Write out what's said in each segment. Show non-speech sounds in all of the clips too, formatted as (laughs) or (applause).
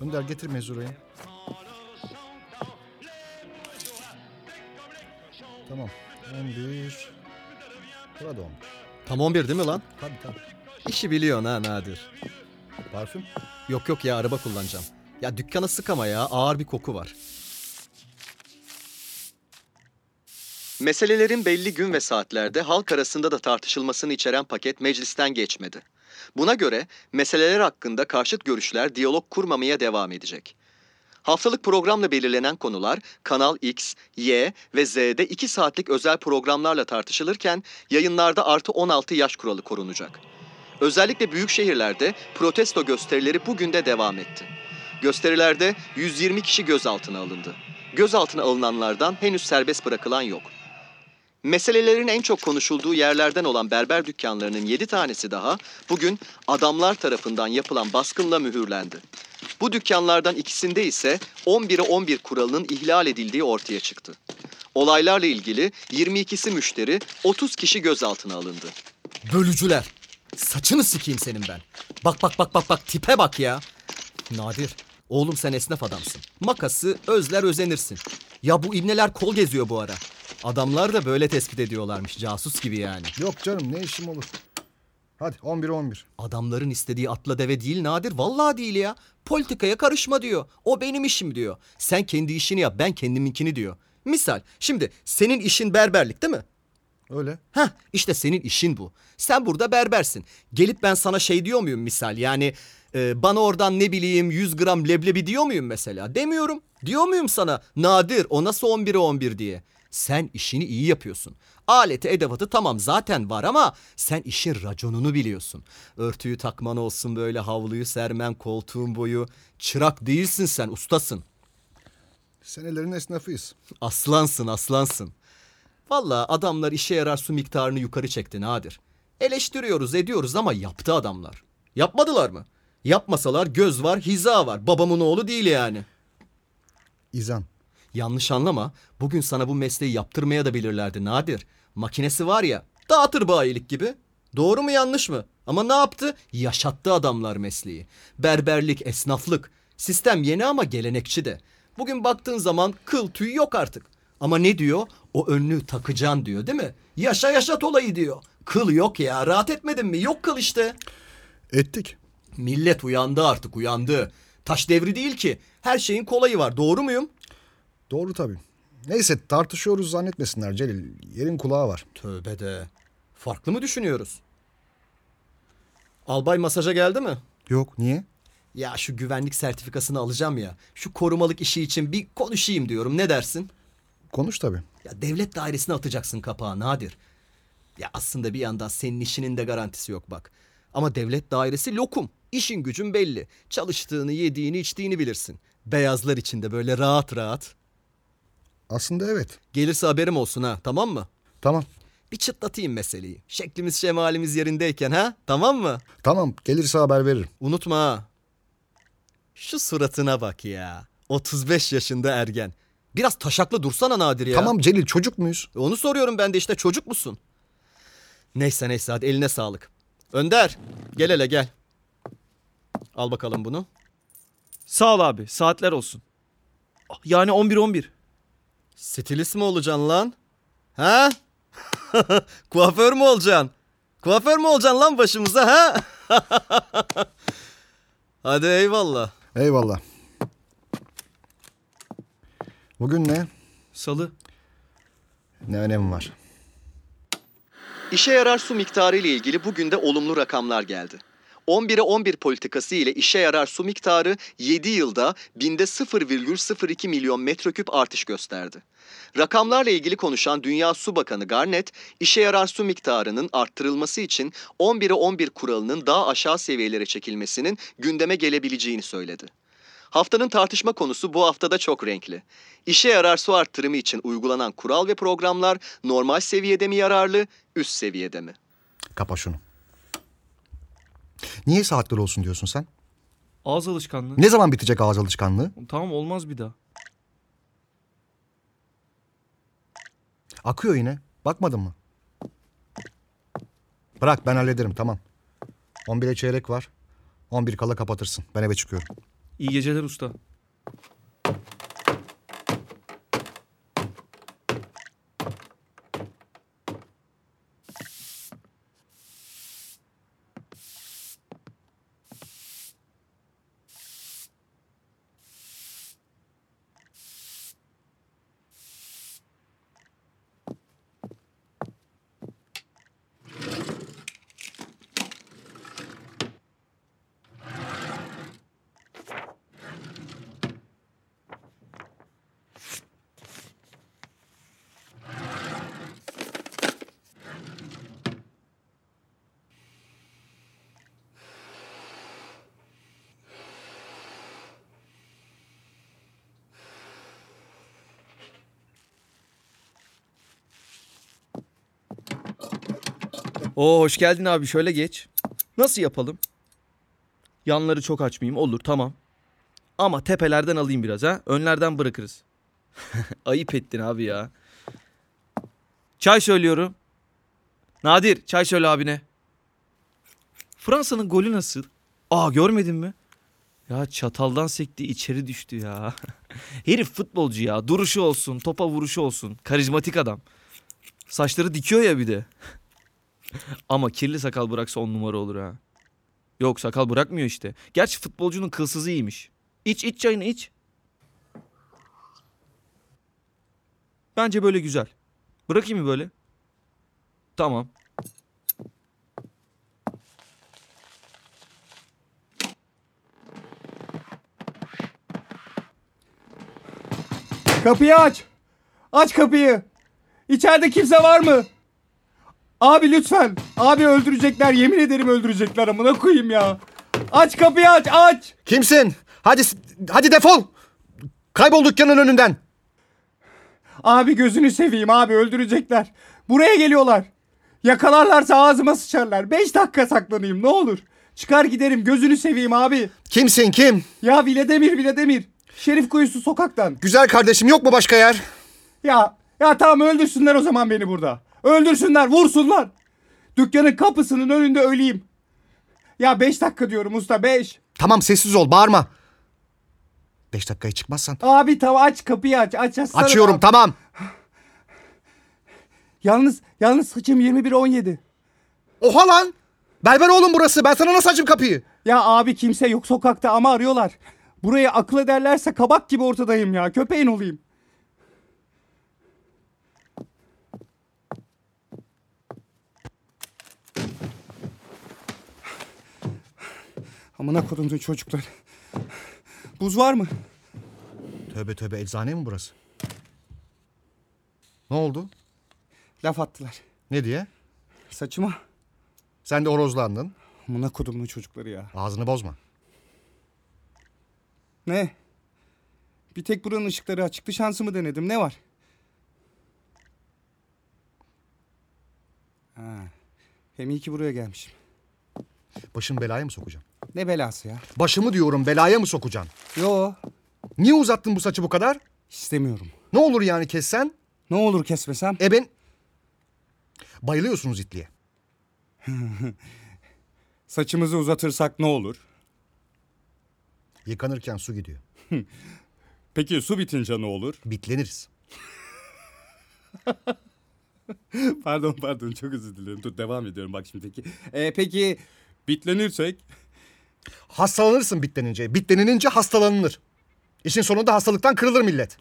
Önder getir mezurayı. Tamam. 11. Burada 10. Tam 11 değil mi lan? Tabii tabii. İşi biliyorsun ha Nadir. Parfüm. Yok yok ya araba kullanacağım. Ya dükkana sık ama ya ağır bir koku var. Meselelerin belli gün ve saatlerde halk arasında da tartışılmasını içeren paket meclisten geçmedi. Buna göre meseleler hakkında karşıt görüşler diyalog kurmamaya devam edecek. Haftalık programla belirlenen konular Kanal X, Y ve Z'de 2 saatlik özel programlarla tartışılırken yayınlarda artı 16 yaş kuralı korunacak. Özellikle büyük şehirlerde protesto gösterileri bugün de devam etti. Gösterilerde 120 kişi gözaltına alındı. Gözaltına alınanlardan henüz serbest bırakılan yok. Meselelerin en çok konuşulduğu yerlerden olan berber dükkanlarının 7 tanesi daha bugün adamlar tarafından yapılan baskınla mühürlendi. Bu dükkanlardan ikisinde ise 11'e 11 kuralının ihlal edildiği ortaya çıktı. Olaylarla ilgili 22'si müşteri, 30 kişi gözaltına alındı. Bölücüler. Saçını sikeyim senin ben. Bak bak bak bak bak tipe bak ya. Nadir. Oğlum sen esnaf adamsın. Makası özler özenirsin. Ya bu ibneler kol geziyor bu ara. Adamlar da böyle tespit ediyorlarmış casus gibi yani. Yok canım ne işim olur. Hadi 11 11. Adamların istediği atla deve değil Nadir. Vallahi değil ya. Politikaya karışma diyor. O benim işim diyor. Sen kendi işini yap ben kendiminkini diyor. Misal şimdi senin işin berberlik değil mi? Öyle. Heh işte senin işin bu. Sen burada berbersin. Gelip ben sana şey diyor muyum misal yani e, bana oradan ne bileyim 100 gram leblebi diyor muyum mesela? Demiyorum. Diyor muyum sana nadir o nasıl 11'e 11 diye. Sen işini iyi yapıyorsun. Aleti edevatı tamam zaten var ama sen işin raconunu biliyorsun. Örtüyü takman olsun böyle havluyu sermen koltuğun boyu. Çırak değilsin sen ustasın. Senelerin esnafıyız. Aslansın aslansın. Valla adamlar işe yarar su miktarını yukarı çekti Nadir. Eleştiriyoruz ediyoruz ama yaptı adamlar. Yapmadılar mı? Yapmasalar göz var hiza var. Babamın oğlu değil yani. İzan. Yanlış anlama. Bugün sana bu mesleği yaptırmaya da bilirlerdi Nadir. Makinesi var ya dağıtır bayilik gibi. Doğru mu yanlış mı? Ama ne yaptı? Yaşattı adamlar mesleği. Berberlik, esnaflık. Sistem yeni ama gelenekçi de. Bugün baktığın zaman kıl tüy yok artık. Ama ne diyor? O önlüğü takacaksın diyor değil mi? Yaşa yaşat olayı diyor. Kıl yok ya rahat etmedin mi? Yok kıl işte. Ettik. Millet uyandı artık uyandı. Taş devri değil ki. Her şeyin kolayı var. Doğru muyum? Doğru tabii. Neyse tartışıyoruz zannetmesinler Celil. Yerin kulağı var. Tövbe de. Farklı mı düşünüyoruz? Albay masaja geldi mi? Yok. Niye? Ya şu güvenlik sertifikasını alacağım ya. Şu korumalık işi için bir konuşayım diyorum. Ne dersin? Konuş tabii. Ya devlet dairesine atacaksın kapağı Nadir. Ya aslında bir yandan senin işinin de garantisi yok bak. Ama devlet dairesi lokum. İşin gücün belli. Çalıştığını, yediğini, içtiğini bilirsin. Beyazlar içinde böyle rahat rahat. Aslında evet. Gelirse haberim olsun ha tamam mı? Tamam. Bir çıtlatayım meseleyi. Şeklimiz şemalimiz yerindeyken ha tamam mı? Tamam gelirse haber veririm. Unutma ha. Şu suratına bak ya. 35 yaşında ergen. Biraz taşaklı dursana Nadir ya. Tamam Celil çocuk muyuz? E Onu soruyorum ben de işte çocuk musun? Neyse neyse hadi eline sağlık. Önder gel hele gel. Al bakalım bunu. Sağ ol abi. Saatler olsun. Yani 11-11. Stilist mi olacaksın lan? Ha? (laughs) Kuaför mü olacaksın? Kuaför mü olacaksın lan başımıza ha? (laughs) hadi eyvallah. Eyvallah. Bugün ne? Salı. Ne önemi var? İşe yarar su miktarı ile ilgili bugün de olumlu rakamlar geldi. 11'e 11 politikası ile işe yarar su miktarı 7 yılda binde 0,02 milyon metreküp artış gösterdi. Rakamlarla ilgili konuşan Dünya Su Bakanı Garnet, işe yarar su miktarının arttırılması için 11'e 11 kuralının daha aşağı seviyelere çekilmesinin gündeme gelebileceğini söyledi. Haftanın tartışma konusu bu haftada çok renkli. İşe yarar su arttırımı için uygulanan kural ve programlar normal seviyede mi yararlı, üst seviyede mi? Kapa şunu. Niye saatler olsun diyorsun sen? Ağız alışkanlığı. Ne zaman bitecek ağız alışkanlığı? Tamam olmaz bir daha. Akıyor yine. Bakmadın mı? Bırak ben hallederim tamam. 11'e çeyrek var. 11 kala kapatırsın. Ben eve çıkıyorum. İyi geceler usta. Oo hoş geldin abi şöyle geç. Nasıl yapalım? Yanları çok açmayayım olur tamam. Ama tepelerden alayım biraz ha. Önlerden bırakırız. (laughs) Ayıp ettin abi ya. Çay söylüyorum. Nadir çay söyle abine. Fransa'nın golü nasıl? Aa görmedin mi? Ya çataldan sekti içeri düştü ya. (laughs) Herif futbolcu ya. Duruşu olsun, topa vuruşu olsun. Karizmatik adam. Saçları dikiyor ya bir de. Ama kirli sakal bıraksa on numara olur ha. Yok sakal bırakmıyor işte. Gerçi futbolcunun kılsızı iyiymiş. İç iç çayını iç. Bence böyle güzel. Bırakayım mı böyle? Tamam. Kapıyı aç. Aç kapıyı. İçeride kimse var mı? Abi lütfen. Abi öldürecekler. Yemin ederim öldürecekler. Amına koyayım ya. Aç kapıyı aç aç. Kimsin? Hadi s- hadi defol. Kaybol dükkanın önünden. Abi gözünü seveyim abi öldürecekler. Buraya geliyorlar. Yakalarlarsa ağzıma sıçarlar. 5 dakika saklanayım ne olur. Çıkar giderim gözünü seveyim abi. Kimsin kim? Ya Viledemir Viledemir. Şerif kuyusu sokaktan. Güzel kardeşim yok mu başka yer? Ya ya tamam öldürsünler o zaman beni burada. Öldürsünler, vursunlar. Dükkanın kapısının önünde öleyim. Ya 5 dakika diyorum usta 5. Tamam sessiz ol bağırma. Beş dakikaya çıkmazsan. Abi tamam aç kapıyı aç. aç açsana Açıyorum abi. tamam. Yalnız yalnız saçım 21 17. Oha lan. Berber oğlum burası. Ben sana nasıl açayım kapıyı? Ya abi kimse yok sokakta ama arıyorlar. Buraya akıl ederlerse kabak gibi ortadayım ya. Köpeğin olayım. Amına kodumun çocuklar. Buz var mı? Tövbe tövbe eczane mi burası? Ne oldu? Laf attılar. Ne diye? Saçıma. Sen de horozlandın. Amına kodumun çocukları ya. Ağzını bozma. Ne? Bir tek buranın ışıkları açıktı şansımı denedim. Ne var? Ha. Hem iyi ki buraya gelmişim. Başımı belaya mı sokacağım? Ne belası ya? Başımı diyorum belaya mı sokacağım? Yo Niye uzattın bu saçı bu kadar? istemiyorum. Ne olur yani kessen? Ne olur kesmesem? E ben... Bayılıyorsunuz itliye. Saçımızı uzatırsak ne olur? Yıkanırken su gidiyor. Peki su bitince ne olur? (laughs) Bitleniriz. pardon pardon çok özür dilerim. Dur devam ediyorum bak şimdiki. Ee, peki bitlenirsek? Hastalanırsın bitlenince. Bitlenilince hastalanılır. İşin sonunda hastalıktan kırılır millet.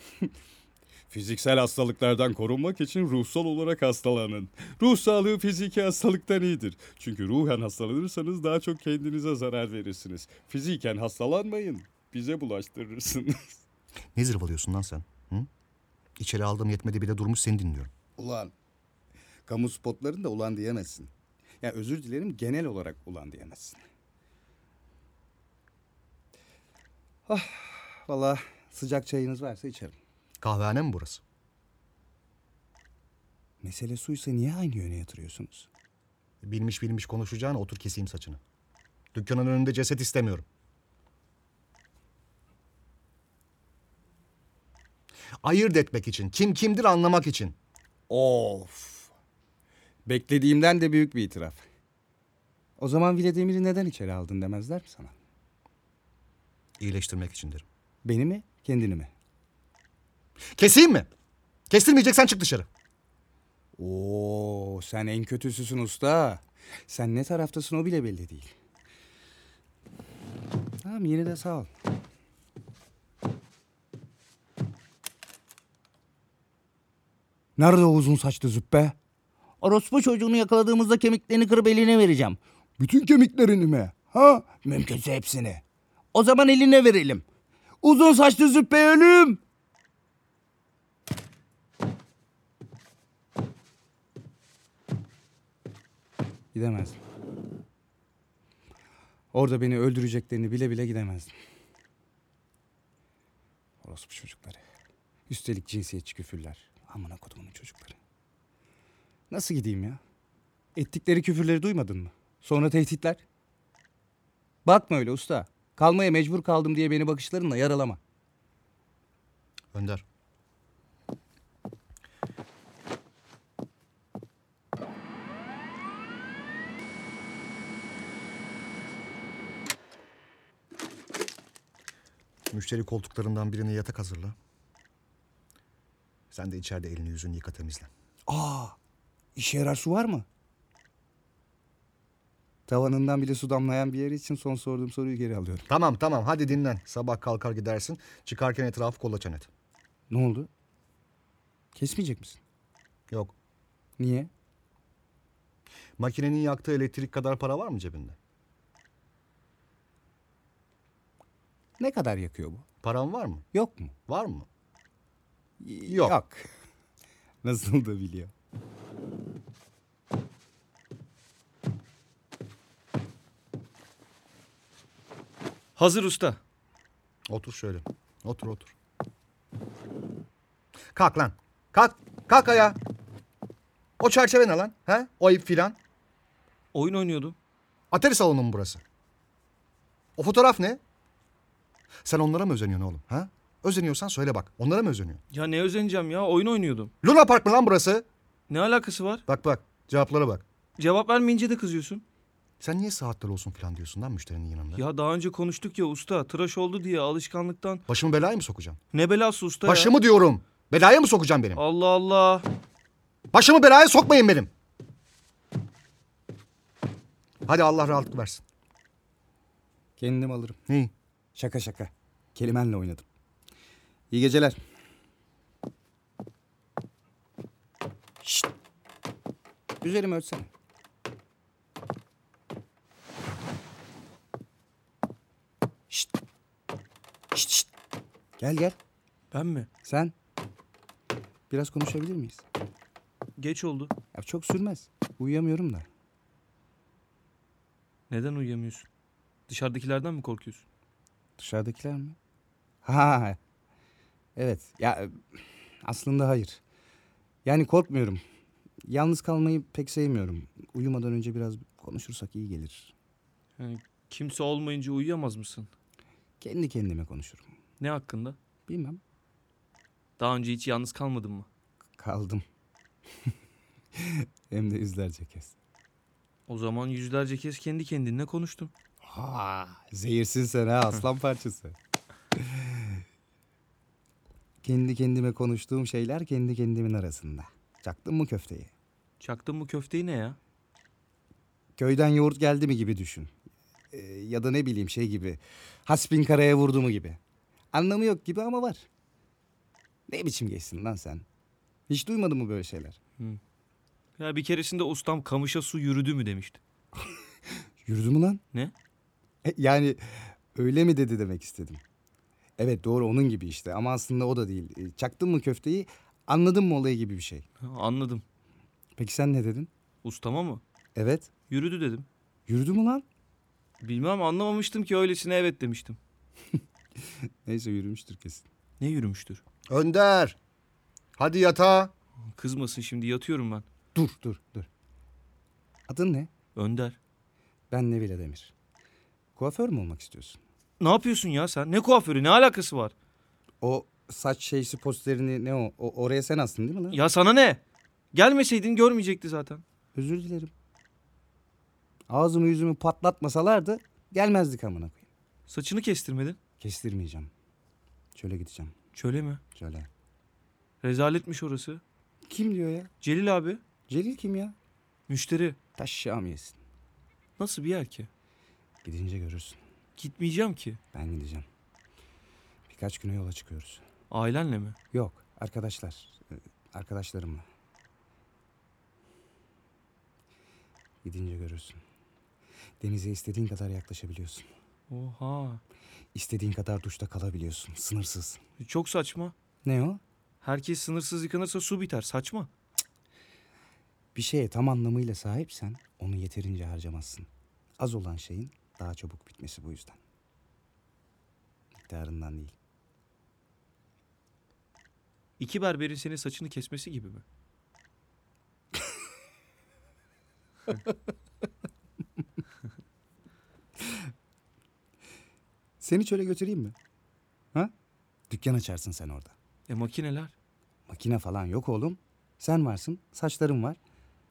Fiziksel hastalıklardan korunmak için ruhsal olarak hastalanın. Ruh sağlığı fiziki hastalıktan iyidir. Çünkü ruhen hastalanırsanız daha çok kendinize zarar verirsiniz. Fiziken hastalanmayın, bize bulaştırırsınız. (laughs) Ne zırvalıyorsun lan sen? Hı? İçeri aldığım yetmedi bile durmuş seni dinliyorum. Ulan. Kamu spotlarında ulan diyemezsin. Ya özür dilerim genel olarak ulan diyemezsin. Ah, valla sıcak çayınız varsa içerim. Kahvehane mi burası? Mesele suysa niye aynı yöne yatırıyorsunuz? Bilmiş bilmiş konuşacağına otur keseyim saçını. Dükkanın önünde ceset istemiyorum. Ayırt etmek için, kim kimdir anlamak için. Of. Beklediğimden de büyük bir itiraf. O zaman Vladimir'i neden içeri aldın demezler mi sana? iyileştirmek içindir. Beni mi, kendini mi? Keseyim mi? Kestirmeyeceksen çık dışarı. Oo, sen en kötüsüsün usta. Sen ne taraftasın o bile belli değil. Tamam yine de sağ ol. Nerede o uzun saçlı züppe? Orospu çocuğunu yakaladığımızda kemiklerini kırıp eline vereceğim. Bütün kemiklerini mi? Ha? Mümkünse hepsini. O zaman eline verelim. Uzun saçlı züppe ölüm. Gidemezdim. Orada beni öldüreceklerini bile bile gidemezdim. Orospu çocukları. Üstelik cinsiyetçi küfürler. Amına kodumun çocukları. Nasıl gideyim ya? Ettikleri küfürleri duymadın mı? Sonra tehditler. Bakma öyle usta. Kalmaya mecbur kaldım diye beni bakışlarınla yaralama. Önder. Müşteri koltuklarından birini yatak hazırla. Sen de içeride elini yüzünü yıka temizle. İşe yarar su var mı? Tavanından bile su damlayan bir yer için son sorduğum soruyu geri alıyorum. Tamam tamam hadi dinlen. Sabah kalkar gidersin. Çıkarken etrafı kolaçan et. Ne oldu? Kesmeyecek misin? Yok. Niye? Makinenin yaktığı elektrik kadar para var mı cebinde? Ne kadar yakıyor bu? Paran var mı? Yok mu? Var mı? Yok. (laughs) Nasıl da biliyor. Hazır usta. Otur şöyle. Otur otur. Kalk lan. Kalk. Kalk ayağa. O çerçeve ne lan? He? O ayıp filan. Oyun oynuyordum. Atari salonu mu burası? O fotoğraf ne? Sen onlara mı özeniyorsun oğlum? Ha? Özeniyorsan söyle bak. Onlara mı özeniyorsun? Ya ne özeneceğim ya oyun oynuyordum. Luna Park mı lan burası? Ne alakası var? Bak bak. Cevaplara bak. Cevap vermeyince de kızıyorsun. Sen niye saatler olsun filan diyorsun lan müşterinin yanında? Ya daha önce konuştuk ya usta tıraş oldu diye alışkanlıktan. Başımı belaya mı sokacağım? Ne belası usta ya. Başımı diyorum. Belaya mı sokacağım benim? Allah Allah. Başımı belaya sokmayın benim. Hadi Allah rahatlık versin. Kendim alırım. Neyi? Şaka şaka. Kelimenle oynadım. İyi geceler. Şşt. Üzerimi örtsene. Şşt. Şşt, şşt. Gel gel. Ben mi? Sen. Biraz konuşabilir miyiz? Geç oldu. Ya çok sürmez. Uyuyamıyorum da. Neden uyuyamıyorsun? Dışarıdakilerden mi korkuyorsun? Dışarıdakiler mi? Ha. Evet. Ya aslında hayır. Yani korkmuyorum. Yalnız kalmayı pek sevmiyorum. Uyumadan önce biraz konuşursak iyi gelir. Yani kimse olmayınca uyuyamaz mısın? Kendi kendime konuşurum. Ne hakkında? Bilmem. Daha önce hiç yalnız kalmadın mı? Kaldım. (laughs) Hem de yüzlerce kez. O zaman yüzlerce kez kendi kendinle konuştum. Ha, zehirsin sen ha aslan parçası. kendi kendime konuştuğum şeyler kendi kendimin arasında. Çaktın mı köfteyi? Çaktın mı köfteyi ne ya? köyden yoğurt geldi mi gibi düşün. Ee, ya da ne bileyim şey gibi. Hasbin karaya vurdu mu gibi. Anlamı yok gibi ama var. Ne biçim geçsin lan sen? Hiç duymadın mı böyle şeyler? Ya bir keresinde ustam kamışa su yürüdü mü demişti. Yürüdü mü lan? Ne? E, yani öyle mi dedi demek istedim. Evet doğru onun gibi işte ama aslında o da değil. E, Çaktın mı köfteyi anladın mı olayı gibi bir şey. Ha, anladım. Peki sen ne dedin? Ustama mı? Evet. Yürüdü dedim. Yürüdü mü lan? Bilmem anlamamıştım ki öylesine evet demiştim. Neyse yürümüştür kesin. Ne yürümüştür? Önder. Hadi yatağa. Kızmasın şimdi yatıyorum ben. Dur dur dur. Adın ne? Önder. Ben Neville Demir. Kuaför mü olmak istiyorsun? Ne yapıyorsun ya sen? Ne kuaförü? Ne alakası var? O saç şeysi posterini ne o? o oraya sen astın değil mi lan? Ya sana ne? Gelmeseydin görmeyecekti zaten. Özür dilerim. Ağzımı yüzümü patlatmasalardı gelmezdik amına koyayım. Saçını kestirmedin. Kestirmeyeceğim. Çöle gideceğim. Çöle mi? Çöle. Rezaletmiş orası. Kim diyor ya? Celil abi. Celil kim ya? Müşteri. Taş Şam yesin. Nasıl bir yer ki? Gidince görürsün. Gitmeyeceğim ki. Ben gideceğim. Birkaç güne yola çıkıyoruz. Ailenle mi? Yok arkadaşlar. e, Arkadaşlarımla. Gidince görürsün. Denize istediğin kadar yaklaşabiliyorsun. Oha. İstediğin kadar duşta kalabiliyorsun. Sınırsız. Çok saçma. Ne o? Herkes sınırsız yıkanırsa su biter. Saçma. Bir şeye tam anlamıyla sahipsen onu yeterince harcamazsın. Az olan şeyin daha çabuk bitmesi bu yüzden. Miktarından değil. İki berberin senin saçını kesmesi gibi mi? Seni çöle götüreyim mi? Ha? Dükkan açarsın sen orada. E makineler. Makine falan yok oğlum. Sen varsın, saçların var.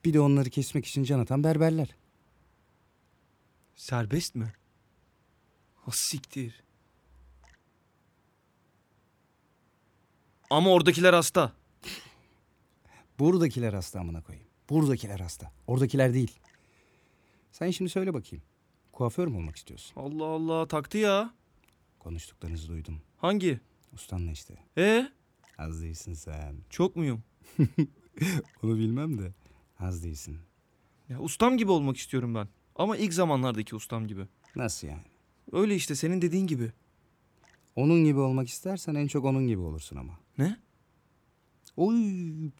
Bir de onları kesmek için can atan berberler. Serbest mi? Ha siktir. Ama oradakiler hasta. Buradakiler hasta amına koyayım. Buradakiler hasta. Oradakiler değil. Sen şimdi söyle bakayım. Kuaför mü olmak istiyorsun? Allah Allah taktı ya. Konuştuklarınızı duydum. Hangi? Ustanla işte. E Az değilsin sen. çok muyum? Onu bilmem de. Az değilsin. Ya ustam gibi olmak istiyorum ben. Ama ilk zamanlardaki ustam gibi. Nasıl yani? Öyle işte senin dediğin gibi. Onun gibi olmak istersen en çok onun gibi olursun ama. Ne? Oy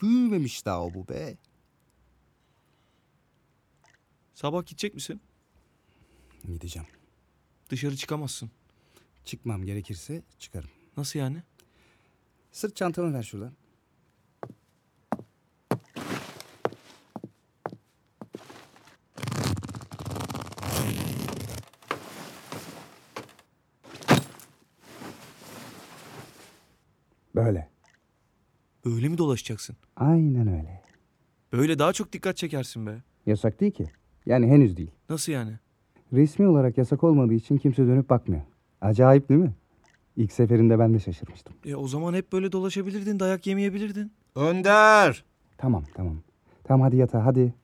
büyümemiş daha o bu be. Sabah gidecek misin? Gideceğim. Dışarı çıkamazsın. Çıkmam gerekirse çıkarım. Nasıl yani? Sırt çantamı ver şuradan. Böyle. Öyle mi dolaşacaksın? Aynen öyle. Böyle daha çok dikkat çekersin be. Yasak değil ki. Yani henüz değil. Nasıl yani? Resmi olarak yasak olmadığı için kimse dönüp bakmıyor. Acayip değil mi? İlk seferinde ben de şaşırmıştım. E o zaman hep böyle dolaşabilirdin, dayak yemeyebilirdin. Önder! Tamam tamam. Tamam hadi yatağa hadi.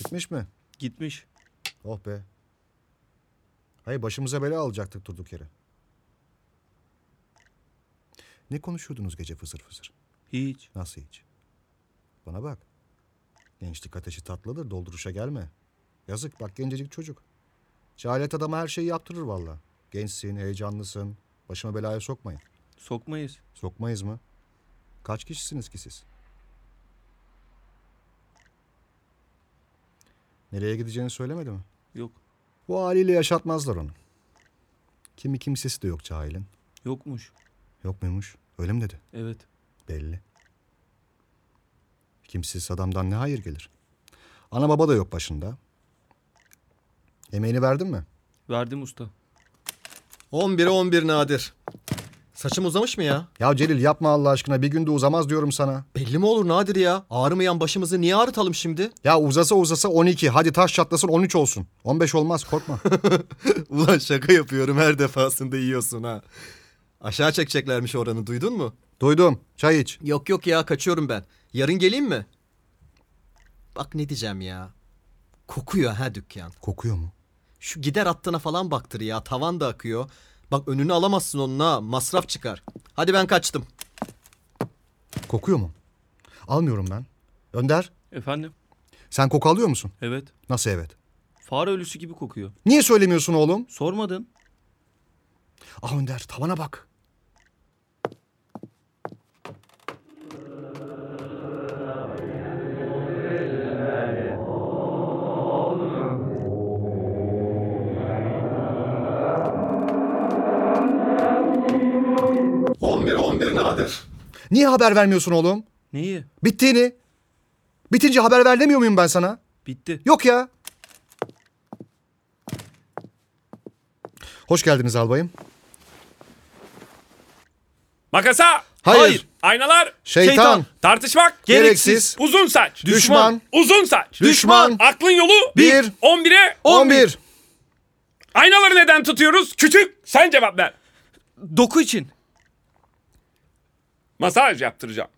Gitmiş mi? Gitmiş. Oh be. Hayır başımıza bela alacaktık durduk yere. Ne konuşuyordunuz gece fısır fısır? Hiç. Nasıl hiç? Bana bak. Gençlik ateşi tatlıdır dolduruşa gelme. Yazık bak gencecik çocuk. Cehalet adama her şeyi yaptırır valla. Gençsin, heyecanlısın. Başıma belaya sokmayın. Sokmayız. Sokmayız mı? Kaç kişisiniz ki siz? Nereye gideceğini söylemedi mi? Yok. Bu haliyle yaşatmazlar onu. Kimi kimsesi de yok cahilin. Yokmuş. Yok muymuş? Öyle mi dedi? Evet. Belli. Kimsiz adamdan ne hayır gelir? Ana baba da yok başında. Emeğini verdin mi? Verdim usta. 11'e 11 Nadir. Saçım uzamış mı ya? Ya Celil yapma Allah aşkına bir günde uzamaz diyorum sana. Belli mi olur Nadir ya? Ağrımayan başımızı niye ağrıtalım şimdi? (laughs) Ya uzasa uzasa 12 hadi taş çatlasın 13 olsun. 15 olmaz korkma. Ulan şaka yapıyorum her defasında yiyorsun ha. Aşağı çekeceklermiş oranı duydun mu? Duydum çay iç. Yok yok ya kaçıyorum ben. Yarın geleyim mi? Bak ne diyeceğim ya. Kokuyor ha dükkan. Kokuyor mu? Şu gider hattına falan baktır ya. Tavan da akıyor. Bak önünü alamazsın onunla. Masraf çıkar. Hadi ben kaçtım. Kokuyor mu? Almıyorum ben. Önder Efendim? sen koku alıyor musun? Evet. Nasıl evet? Fare ölüsü gibi kokuyor. Niye söylemiyorsun oğlum? Sormadın. Ah Önder tavana bak. Niye haber vermiyorsun oğlum? Neyi? Bittiğini. Bitince haber ver demiyor muyum ben sana? Bitti. Yok ya. Hoş geldiniz albayım. Makasa. Hayır. Aynalar. Şeytan. Tartışmak. Gereksiz. Uzun saç. Düşman. Uzun saç. Düşman. Aklın yolu. Bir. 11'e. 11. Aynaları neden tutuyoruz? Küçük. Sen cevap ver. Doku için. Masaj yaptıracağım.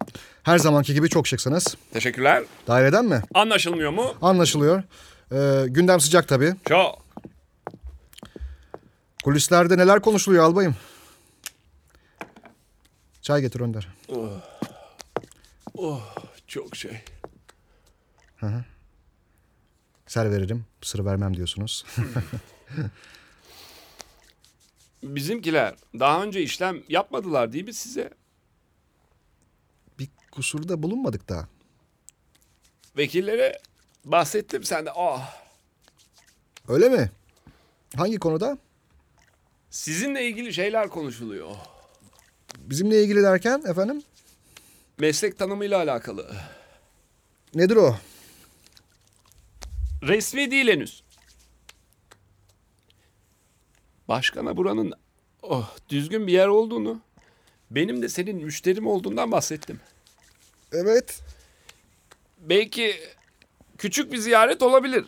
Her zamanki gibi çok şıksınız. Teşekkürler. Daireden mi? Anlaşılmıyor mu? Anlaşılıyor. Ee, gündem sıcak tabii. Çok. Kulislerde neler konuşuluyor albayım? Çay getir Önder. Çok şey. Ser veririm. Sır vermem diyorsunuz. (laughs) Bizimkiler daha önce işlem yapmadılar değil mi size? bir kusurda bulunmadık daha. Vekillere bahsettim sen de. Ah. Öyle mi? Hangi konuda? Sizinle ilgili şeyler konuşuluyor. Bizimle ilgili derken efendim? Meslek tanımıyla alakalı. Nedir o? Resmi değil henüz. Başkana buranın oh, düzgün bir yer olduğunu, benim de senin müşterim olduğundan bahsettim. Evet. Belki küçük bir ziyaret olabilir.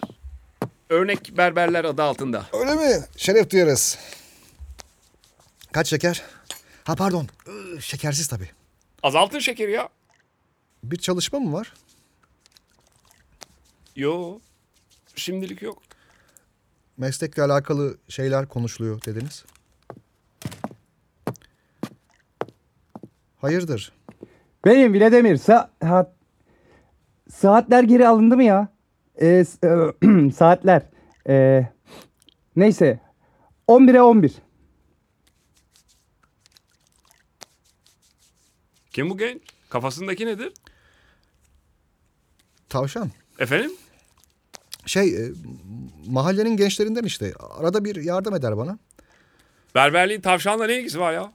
Örnek berberler adı altında. Öyle mi? Şeref duyarız. Kaç şeker? Ha pardon. Iı, Şekersiz tabii. Azaltın şekeri ya. Bir çalışma mı var? Yo. Şimdilik yok. Meslekle alakalı şeyler konuşuluyor dediniz. Hayırdır? Benim Vladimir sa ha- saatler geri alındı mı ya? Ee, s- e, (clears throat) saatler. Ee, neyse. 11'e 11. Kim bu genç? Kafasındaki nedir? Tavşan. Efendim? Şey, e, mahallenin gençlerinden işte. Arada bir yardım eder bana. (laughs) Berberliğin tavşanla ne ilgisi var ya?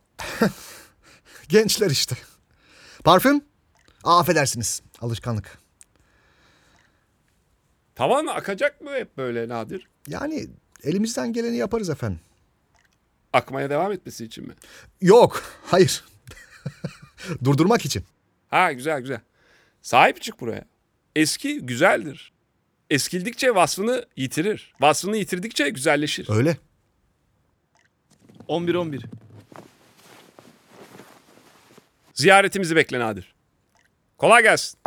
Gençler işte. Parfüm? Aa, affedersiniz. Alışkanlık. Tavan akacak mı hep böyle nadir? Yani elimizden geleni yaparız efendim. Akmaya devam etmesi için mi? Yok, hayır. (laughs) Durdurmak için. Ha güzel güzel. Sahip çık buraya. Eski güzeldir. Eskildikçe vasfını yitirir. Vasfını yitirdikçe güzelleşir. Öyle. 11-11. Ziyaretimizi bekle Nadir. Kolay gelsin.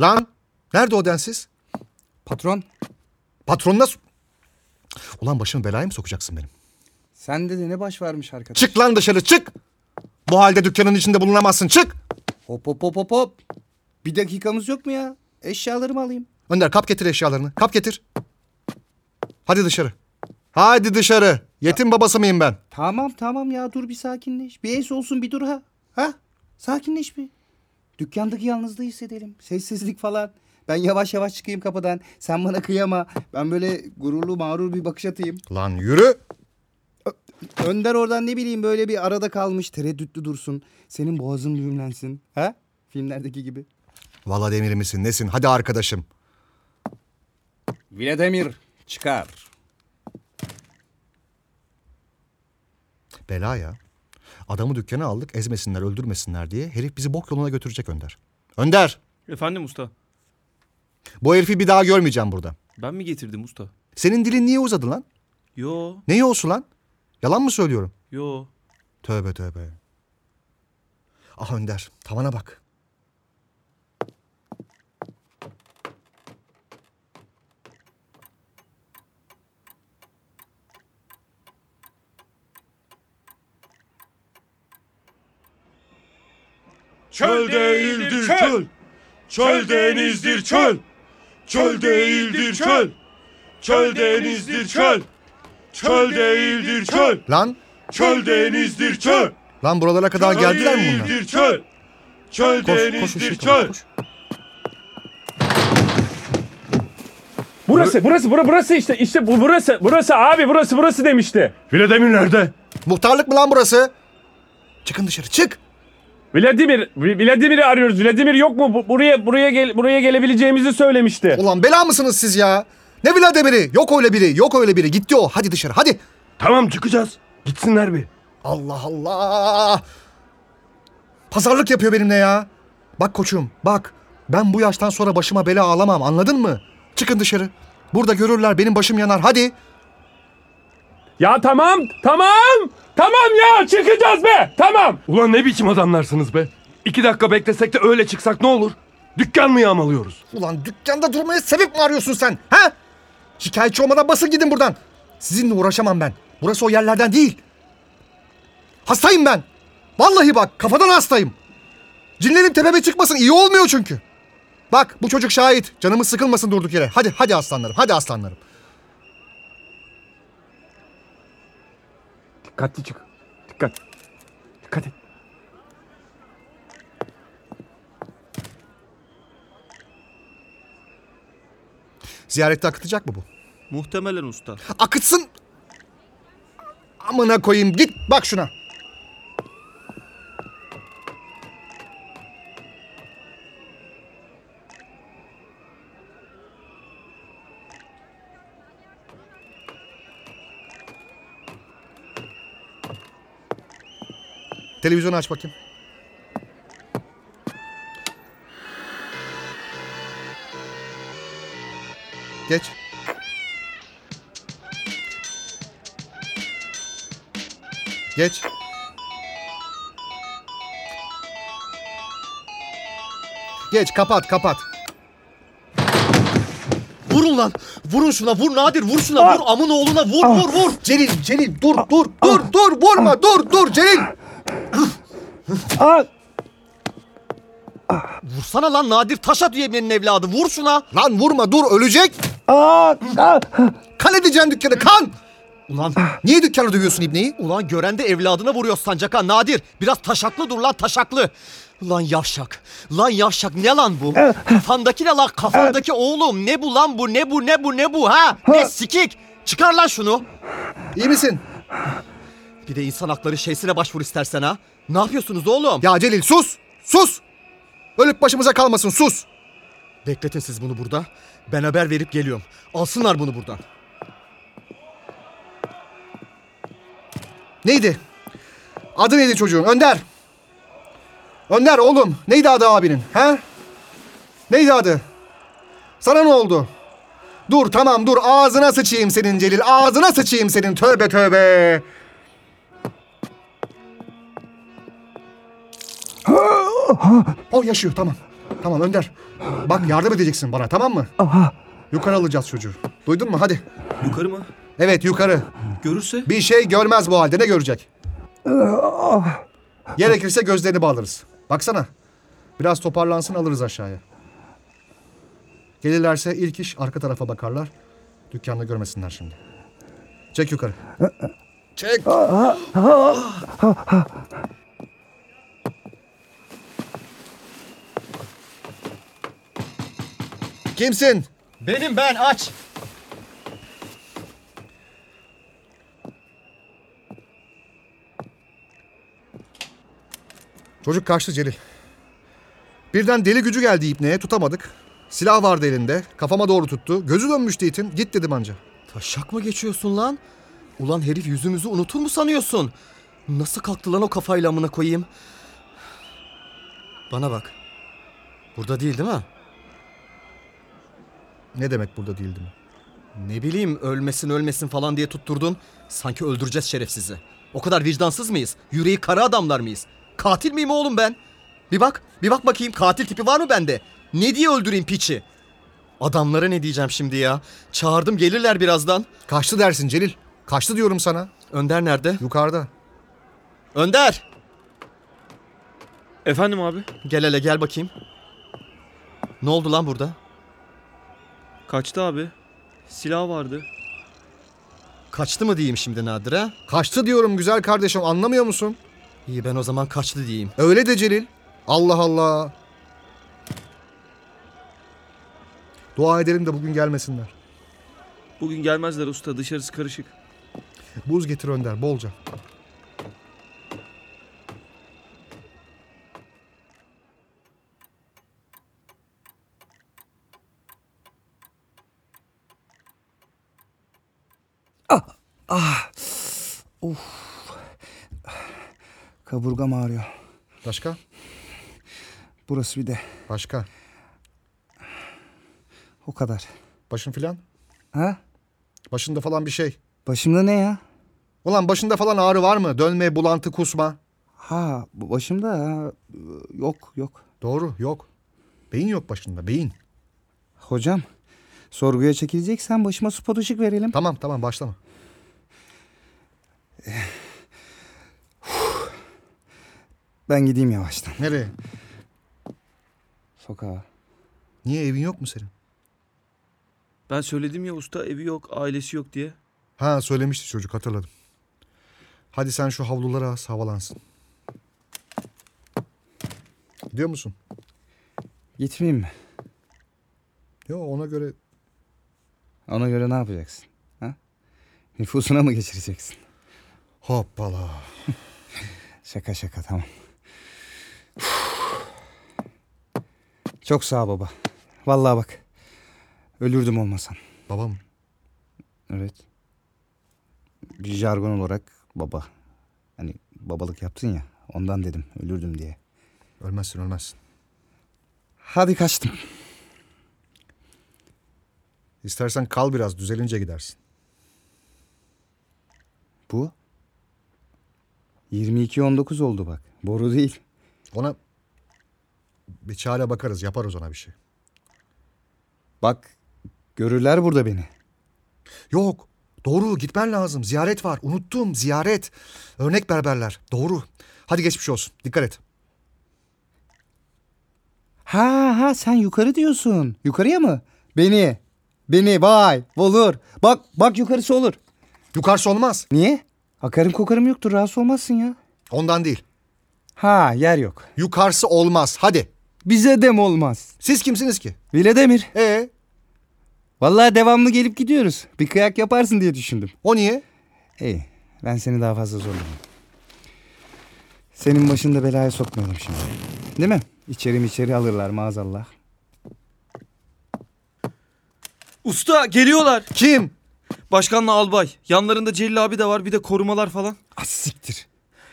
Lan, nerede o densiz? Patron Patronuna... s- Ulan başımı belaya mı sokacaksın benim? sen de ne baş vermiş arkadaş. Çık lan dışarı, çık! Bu halde dükkanın içinde bulunamazsın, çık! Hop hop hop hop hop. Bir dakikamız yok mu ya? Eşyalarımı alayım. Önder kap getir eşyalarını, kap getir. Hadi dışarı. Hadi dışarı. Yetim babası mıyım ben? Tamam tamam ya dur bir sakinleş. Bir es olsun bir dur ha. Ha? Sakinleş bir. Dükkandaki yalnızlığı hissedelim. Sessizlik falan. Ben yavaş yavaş çıkayım kapıdan. Sen bana kıyama. Ben böyle gururlu mağrur bir bakış atayım. Lan yürü. Önder oradan ne bileyim böyle bir arada kalmış tereddütlü dursun. Senin boğazın düğümlensin. Ha? Filmlerdeki gibi. Valla demir misin, nesin? Hadi arkadaşım. Vladimir çıkar. Bela ya. Adamı dükkana aldık, ezmesinler, öldürmesinler diye. Herif bizi bok yoluna götürecek Önder. Önder! Efendim usta. Bu herifi bir daha görmeyeceğim burada. Ben mi getirdim usta? Senin dilin niye uzadı lan? Yo. Neyi olsun lan? Yalan mı söylüyorum? Yo. Tövbe tövbe. Ah Önder, tavana bak. Çöl değildir çöl. Çöl denizdir çöl. Çöl değildir çöl. Çöl denizdir çöl. Çöl değildir çöl. Lan, Çöl denizdir çöl. lan buralara kadar geldiler mi bunlar? Değildir çöl. Çöl Koş, koş denizdir ışığı çöl. kapat, koş. Burası, burası, burası, burası işte, işte bu burası, burası abi, burası, burası demişti. Vladimir nerede? Muhtarlık mı lan burası? Çıkın dışarı, çık! Vladimir, Vi- Vladimir'i arıyoruz. Vladimir yok mu? Bu- buraya, buraya gel, buraya gelebileceğimizi söylemişti. Ulan bela mısınız siz ya? Ne Vladimir'i? Yok öyle biri, yok öyle biri. Gitti o. Hadi dışarı, hadi. Tamam çıkacağız. Gitsinler bir. Allah Allah! Pazarlık yapıyor benimle ya. Bak koçum bak. Ben bu yaştan sonra başıma bela alamam anladın mı? Çıkın dışarı. Burada görürler benim başım yanar hadi. Ya tamam tamam tamam ya çıkacağız be tamam. Ulan ne biçim adamlarsınız be. İki dakika beklesek de öyle çıksak ne olur? Dükkan mı yağmalıyoruz? Ulan dükkanda durmaya sebep mi arıyorsun sen? Ha? Şikayetçi olmadan basın gidin buradan. Sizinle uğraşamam ben. Burası o yerlerden değil. Hastayım ben. Vallahi bak kafadan hastayım. Cinlerim tepeme çıkmasın iyi olmuyor çünkü. Bak bu çocuk şahit. Canımız sıkılmasın durduk yere. Hadi hadi aslanlarım hadi aslanlarım. Dikkatli çık. Dikkat. Dikkat et. Ziyarette akıtacak mı bu? Muhtemelen usta. Akıtsın. Amına koyayım git bak şuna. Televizyonu aç bakayım. Geç. Geç. Geç kapat kapat. Vurun lan. Vurun şuna. Vur Nadir. Vur şuna. Vur amın oğluna. Vur vur vur. Celil Celil dur dur dur dur vurma dur dur Celil. Vursana lan Nadir. Taş at yemenin evladı. Vur şuna. Lan vurma dur ölecek. Kan edeceksin dükkanı kan. Ulan Niye dükkanı dövüyorsun İbni'yi? ulan gören de evladına vuruyor sancaka Nadir. Biraz taşaklı dur lan taşaklı. Lan yavşak. Lan yavşak ne lan bu? Kafandaki ne lan? Kafandaki oğlum. Ne bu lan bu? Ne bu? Ne bu? Ne bu? Ha? Ne sikik? Çıkar lan şunu. İyi misin? Bir de insan hakları şeysine başvur istersen ha. Ne yapıyorsunuz oğlum? Ya Celil sus sus. Ölüp başımıza kalmasın sus. Bekletin siz bunu burada. Ben haber verip geliyorum. Alsınlar bunu buradan. Neydi? Adı neydi çocuğun? Önder. Önder oğlum. Neydi adı abinin? He? Neydi adı? Sana ne oldu? Dur tamam dur. Ağzına sıçayım senin Celil. Ağzına sıçayım senin. Tövbe tövbe. O yaşıyor tamam. Tamam Önder. Bak yardım edeceksin bana tamam mı? Yukarı alacağız çocuğu. Duydun mu? Hadi. Yukarı mı? Evet yukarı. Görürse? Bir şey görmez bu halde ne görecek? Gerekirse gözlerini bağlarız. Baksana. Biraz toparlansın alırız aşağıya. Gelirlerse ilk iş arka tarafa bakarlar. Dükkanda görmesinler şimdi. Çek yukarı. Çek. Kimsin? Benim ben aç. Çocuk kaçtı Celil. Birden deli gücü geldi ipneye tutamadık. Silah vardı elinde. Kafama doğru tuttu. Gözü dönmüştü itin. Git dedim anca. Taşak mı geçiyorsun lan? Ulan herif yüzümüzü unutur mu sanıyorsun? Nasıl kalktı lan o kafayla amına koyayım? Bana bak. Burada değil değil mi? Ne demek burada değildim? Ne bileyim ölmesin ölmesin falan diye tutturdun. Sanki öldüreceğiz şerefsizi. O kadar vicdansız mıyız? Yüreği kara adamlar mıyız? Katil miyim oğlum ben? Bir bak, bir bak bakayım katil tipi var mı bende? Ne diye öldüreyim piçi? Adamlara ne diyeceğim şimdi ya? Çağırdım gelirler birazdan. Kaçtı dersin Celil. Kaçtı diyorum sana. Önder nerede? Yukarıda. Önder! Efendim abi? Gel hele gel bakayım. Ne oldu lan burada? Kaçtı abi. Silah vardı. Kaçtı mı diyeyim şimdi Nadir'e? Kaçtı diyorum güzel kardeşim anlamıyor musun? İyi ben o zaman kaçtı diyeyim. Öyle de Celil. Allah Allah. Dua edelim de bugün gelmesinler. Bugün gelmezler usta dışarısı karışık. Buz getir Önder bolca. Kaburgam ağrıyor. Başka? Burası bir de. Başka? O kadar. Başın filan? Ha? Başında falan bir şey. Başımda ne ya? Ulan başında falan ağrı var mı? Dönme, bulantı, kusma. Ha bu başımda ha. yok yok. Doğru yok. Beyin yok başında beyin. Hocam sorguya çekileceksen başıma spot ışık verelim. Tamam tamam başlama. Ben gideyim yavaştan. Nereye? Sokağa. Niye evin yok mu senin? Ben söyledim ya usta evi yok, ailesi yok diye. Ha söylemişti çocuk hatırladım. Hadi sen şu havlulara as havalansın. Gidiyor musun? Gitmeyeyim mi? Yo ona göre Ona göre ne yapacaksın? Ha? Nüfusuna mı geçireceksin? hoppala. Şaka şaka tamam. Çok sağ ol baba. Vallahi bak. Ölürdüm olmasan. Babam Evet. Bir jargon olarak baba. Hani babalık yaptın ya. Ondan dedim ölürdüm diye. ölmezsin ölmezsin. Hadi kaçtım. İstersen kal biraz düzelince gidersin. Bu 22-19 oldu bak. Boru değil. Ona bir çare bakarız yaparız ona bir şey. Bak görürler burada beni. Yok. Doğru gitmen lazım. Ziyaret var. Unuttum. Ziyaret. Örnek berberler. Doğru. Hadi geçmiş olsun. Dikkat et. Ha ha sen yukarı diyorsun. Yukarıya mı? Beni. Beni vay olur. Bak bak yukarısı olur. Yukarısı olmaz. Niye? Akarım kokarım yoktur rahatsız olmazsın ya. Ondan değil. Ha yer yok. Yukarısı olmaz. Hadi. Bize dem olmaz. Siz kimsiniz ki? Viledemir. E Vallahi devamlı gelip gidiyoruz. Bir kıyak yaparsın diye düşündüm. o niye? İyi ben seni daha fazla zorlamayayım. Senin başını da belaya sokmayalım şimdi. Değil mi? İçeri içeri alırlar maazallah. Usta geliyorlar. Kim? Başkanla albay. Yanlarında Celil abi de var bir de korumalar falan. Az Ah, siktir.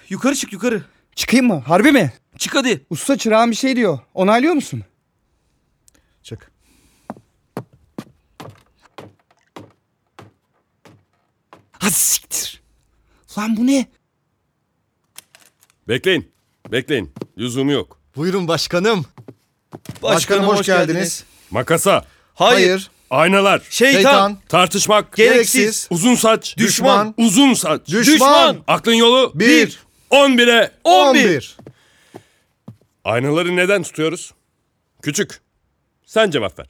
Yukarı çık yukarı. Çıkayım mı? Harbi mi? Çık hadi. Usta çırağın bir şey diyor. Onaylıyor musun? Çık. Hadi siktir. Lan bu ne? Bekleyin. Bekleyin. Lüzumu yok. Buyurun başkanım. Başkanım, hoş, geldiniz. Makasa, Hayır. aynalar, Şeytan. Şeytan. tartışmak, Gereksiz. Gereksiz. uzun saç, Düşman. uzun saç, Düşman. aklın yolu Bir. 11'e 11. Aynaları neden tutuyoruz? Küçük. Sen cevap ver.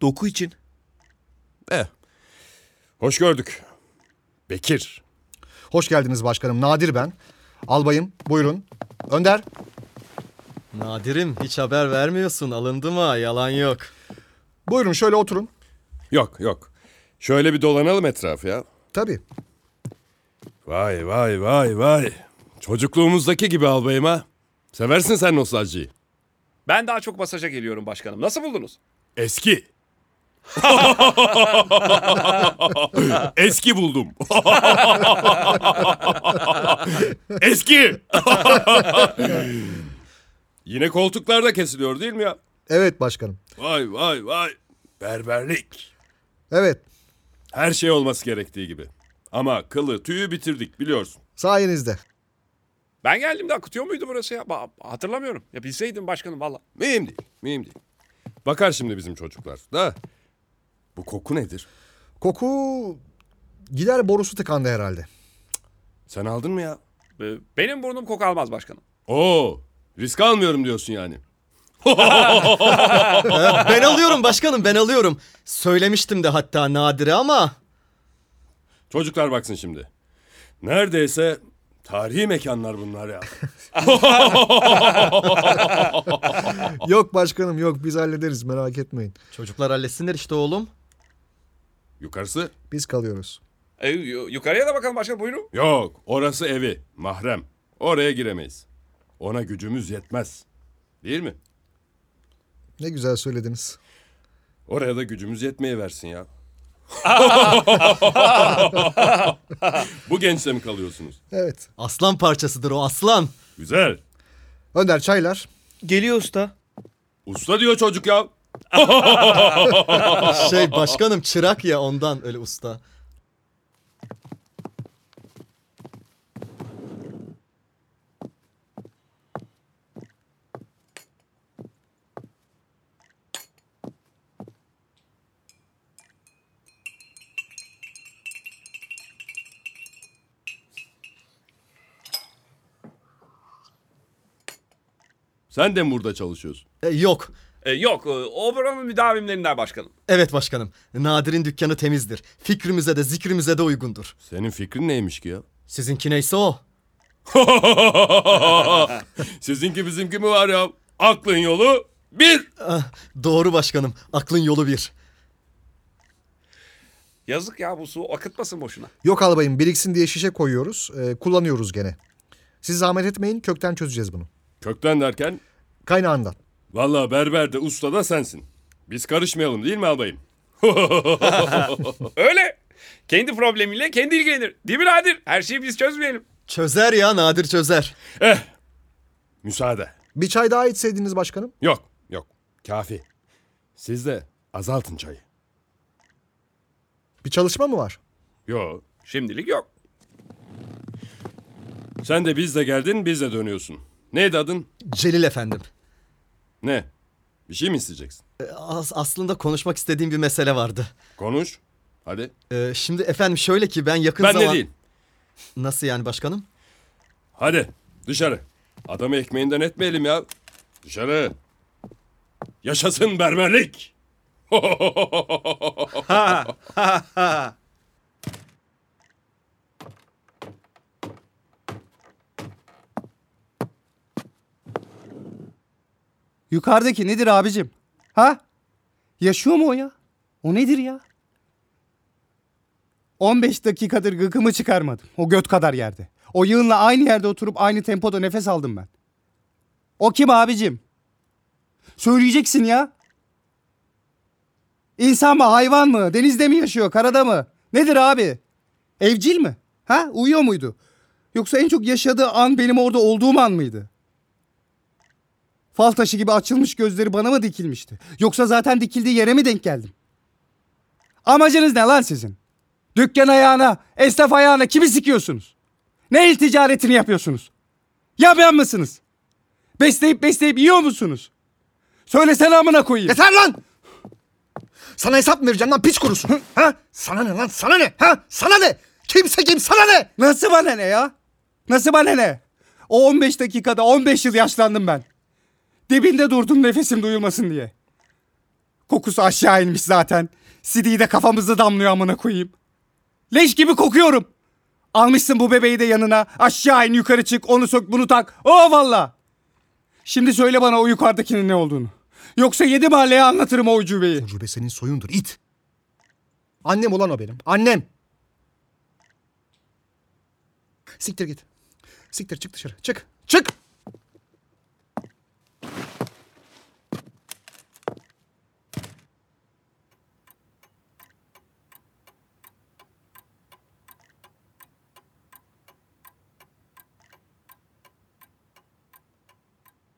Doku için. Hoş gördük. Bekir. Hoş geldiniz başkanım. Nadir ben. Albayım buyurun. Önder. Nadir'im hiç haber vermiyorsun alındı mı yalan yok. Buyurun şöyle oturun. Yok yok. Şöyle bir dolanalım etrafı ya. Tabii. Vay vay vay vay. Çocukluğumuzdaki gibi albayım ha. Seversin sen nostaljiyi. Ben daha çok masaja geliyorum başkanım. Nasıl buldunuz? (laughs) Eski. Eski buldum. Eski. Yine koltuklarda kesiliyor değil mi ya? Evet başkanım. Vay vay vay. Berberlik. Evet. Her şey olması gerektiği gibi. Ama kılı tüyü bitirdik biliyorsun. Sayenizde. Ben geldiğimde akıtıyor muydu burası ya? Ba- Hatırlamıyorum. Ya bilseydim başkanım valla. Mühim değil, mühim değil. Bakar şimdi bizim çocuklar. Da bu koku nedir? Koku gider borusu tıkandı herhalde. Sen aldın mı ya? Ee, Benim burnum koku almaz başkanım. Oo, risk almıyorum diyorsun yani. Ben alıyorum başkanım ben alıyorum. Söylemiştim de hatta Nadir'e ama Çocuklar baksın şimdi. Neredeyse tarihi mekanlar bunlar ya. Yok başkanım yok biz hallederiz merak etmeyin. çocuklar halletsinler işte oğlum. Yukarısı? Biz kalıyoruz. Ee, yu- yukarıya da bakalım başkanım buyurun. Yok, orası evi, mahrem. Oraya giremeyiz. Ona gücümüz yetmez. Değil mi? Ne güzel söylediniz. (laughs) Oraya da gücümüz yetmeye versin ya. Bu gençle mi kalıyorsunuz? Evet. Aslan parçasıdır o aslan. Güzel. Önder çaylar. Geliyor usta. Usta diyor çocuk ya. şey başkanım çırak ya ondan öyle usta. Sen de mi burada çalışıyorsun? yok. E, yok e, o buranın müdavimlerinden başkanım. Evet başkanım. Nadir'in dükkanı temizdir. Fikrimize de zikrimize de uygundur. Senin fikrin neymiş ki ya? Sizinki neyse o. Sizinki bizimki mi var ya? Aklın yolu bir. Ah, doğru başkanım. Aklın yolu bir. Yazık ya bu su akıtmasın boşuna. Yok albayım biriksin diye şişe koyuyoruz. e, kullanıyoruz gene. Siz zahmet etmeyin kökten çözeceğiz bunu. Kökten derken? Kaynağından. Vallahi berber de usta da sensin. Biz karışmayalım değil mi albayım? Öyle. Kendi problemiyle kendi ilgilenir. Değil mi Nadir? Her şeyi biz çözmeyelim. Çözer ya Nadir çözer. Eh. Müsaade. Bir çay daha içseydiniz başkanım. Yok yok kafi. Siz de azaltın çayı. Bir çalışma mı var? Yok. Şimdilik yok. Sen de bizle geldin biz de dönüyorsun. Neydi adın? Celil efendim. Ne? Bir şey mi isteyeceksin? E, as- aslında konuşmak istediğim bir mesele vardı. Konuş. Hadi. E, şimdi efendim şöyle ki ben yakın Ben de zaman... değil. Nasıl yani başkanım? Hadi dışarı. Adamı ekmeğinden etmeyelim ya. Dışarı. Yaşasın berberlik. Yukarıdaki nedir abicim? Ha? Yaşıyor mu o ya? O nedir ya? 15 dakikadır gıkımı çıkarmadım. O göt kadar yerde. O yığınla aynı yerde oturup aynı tempoda nefes aldım ben. O kim abicim? Söyleyeceksin ya. İnsan mı hayvan mı? Denizde mi yaşıyor? Karada mı? Nedir abi? Evcil mi? Ha? Uyuyor muydu? Yoksa en çok yaşadığı an benim orada olduğum an mıydı? Fal taşı gibi açılmış gözleri bana mı dikilmişti? Yoksa zaten dikildiği yere mi denk geldim? Amacınız ne lan sizin? Dükkan ayağına, esnaf ayağına kimi sikiyorsunuz? Ne el ticaretini yapıyorsunuz? Yapyan mısınız? Besleyip besleyip yiyor musunuz? Söylesene amına koyayım. Yeter lan! Sana hesap mı vereceğim lan piç kurusun? ha? Sana ne lan sana ne? Ha? Sana ne? Kimse kim sana ne? Nasıl bana ne ya? Nasıl bana ne? O 15 dakikada 15 yıl yaşlandım ben. Dibinde durdum nefesim duyulmasın diye. Kokusu aşağı inmiş zaten. Sidiği de kafamızda damlıyor amına koyayım. Leş gibi kokuyorum. Almışsın bu bebeği de yanına. Aşağı in yukarı çık onu sök bunu tak. Oo valla. Şimdi söyle bana o yukarıdakinin ne olduğunu. Yoksa yedi mahalleye anlatırım o ucubeyi. Ucube senin soyundur it. Annem olan o benim. Annem. Siktir git. Siktir çık dışarı. Çık. Çık.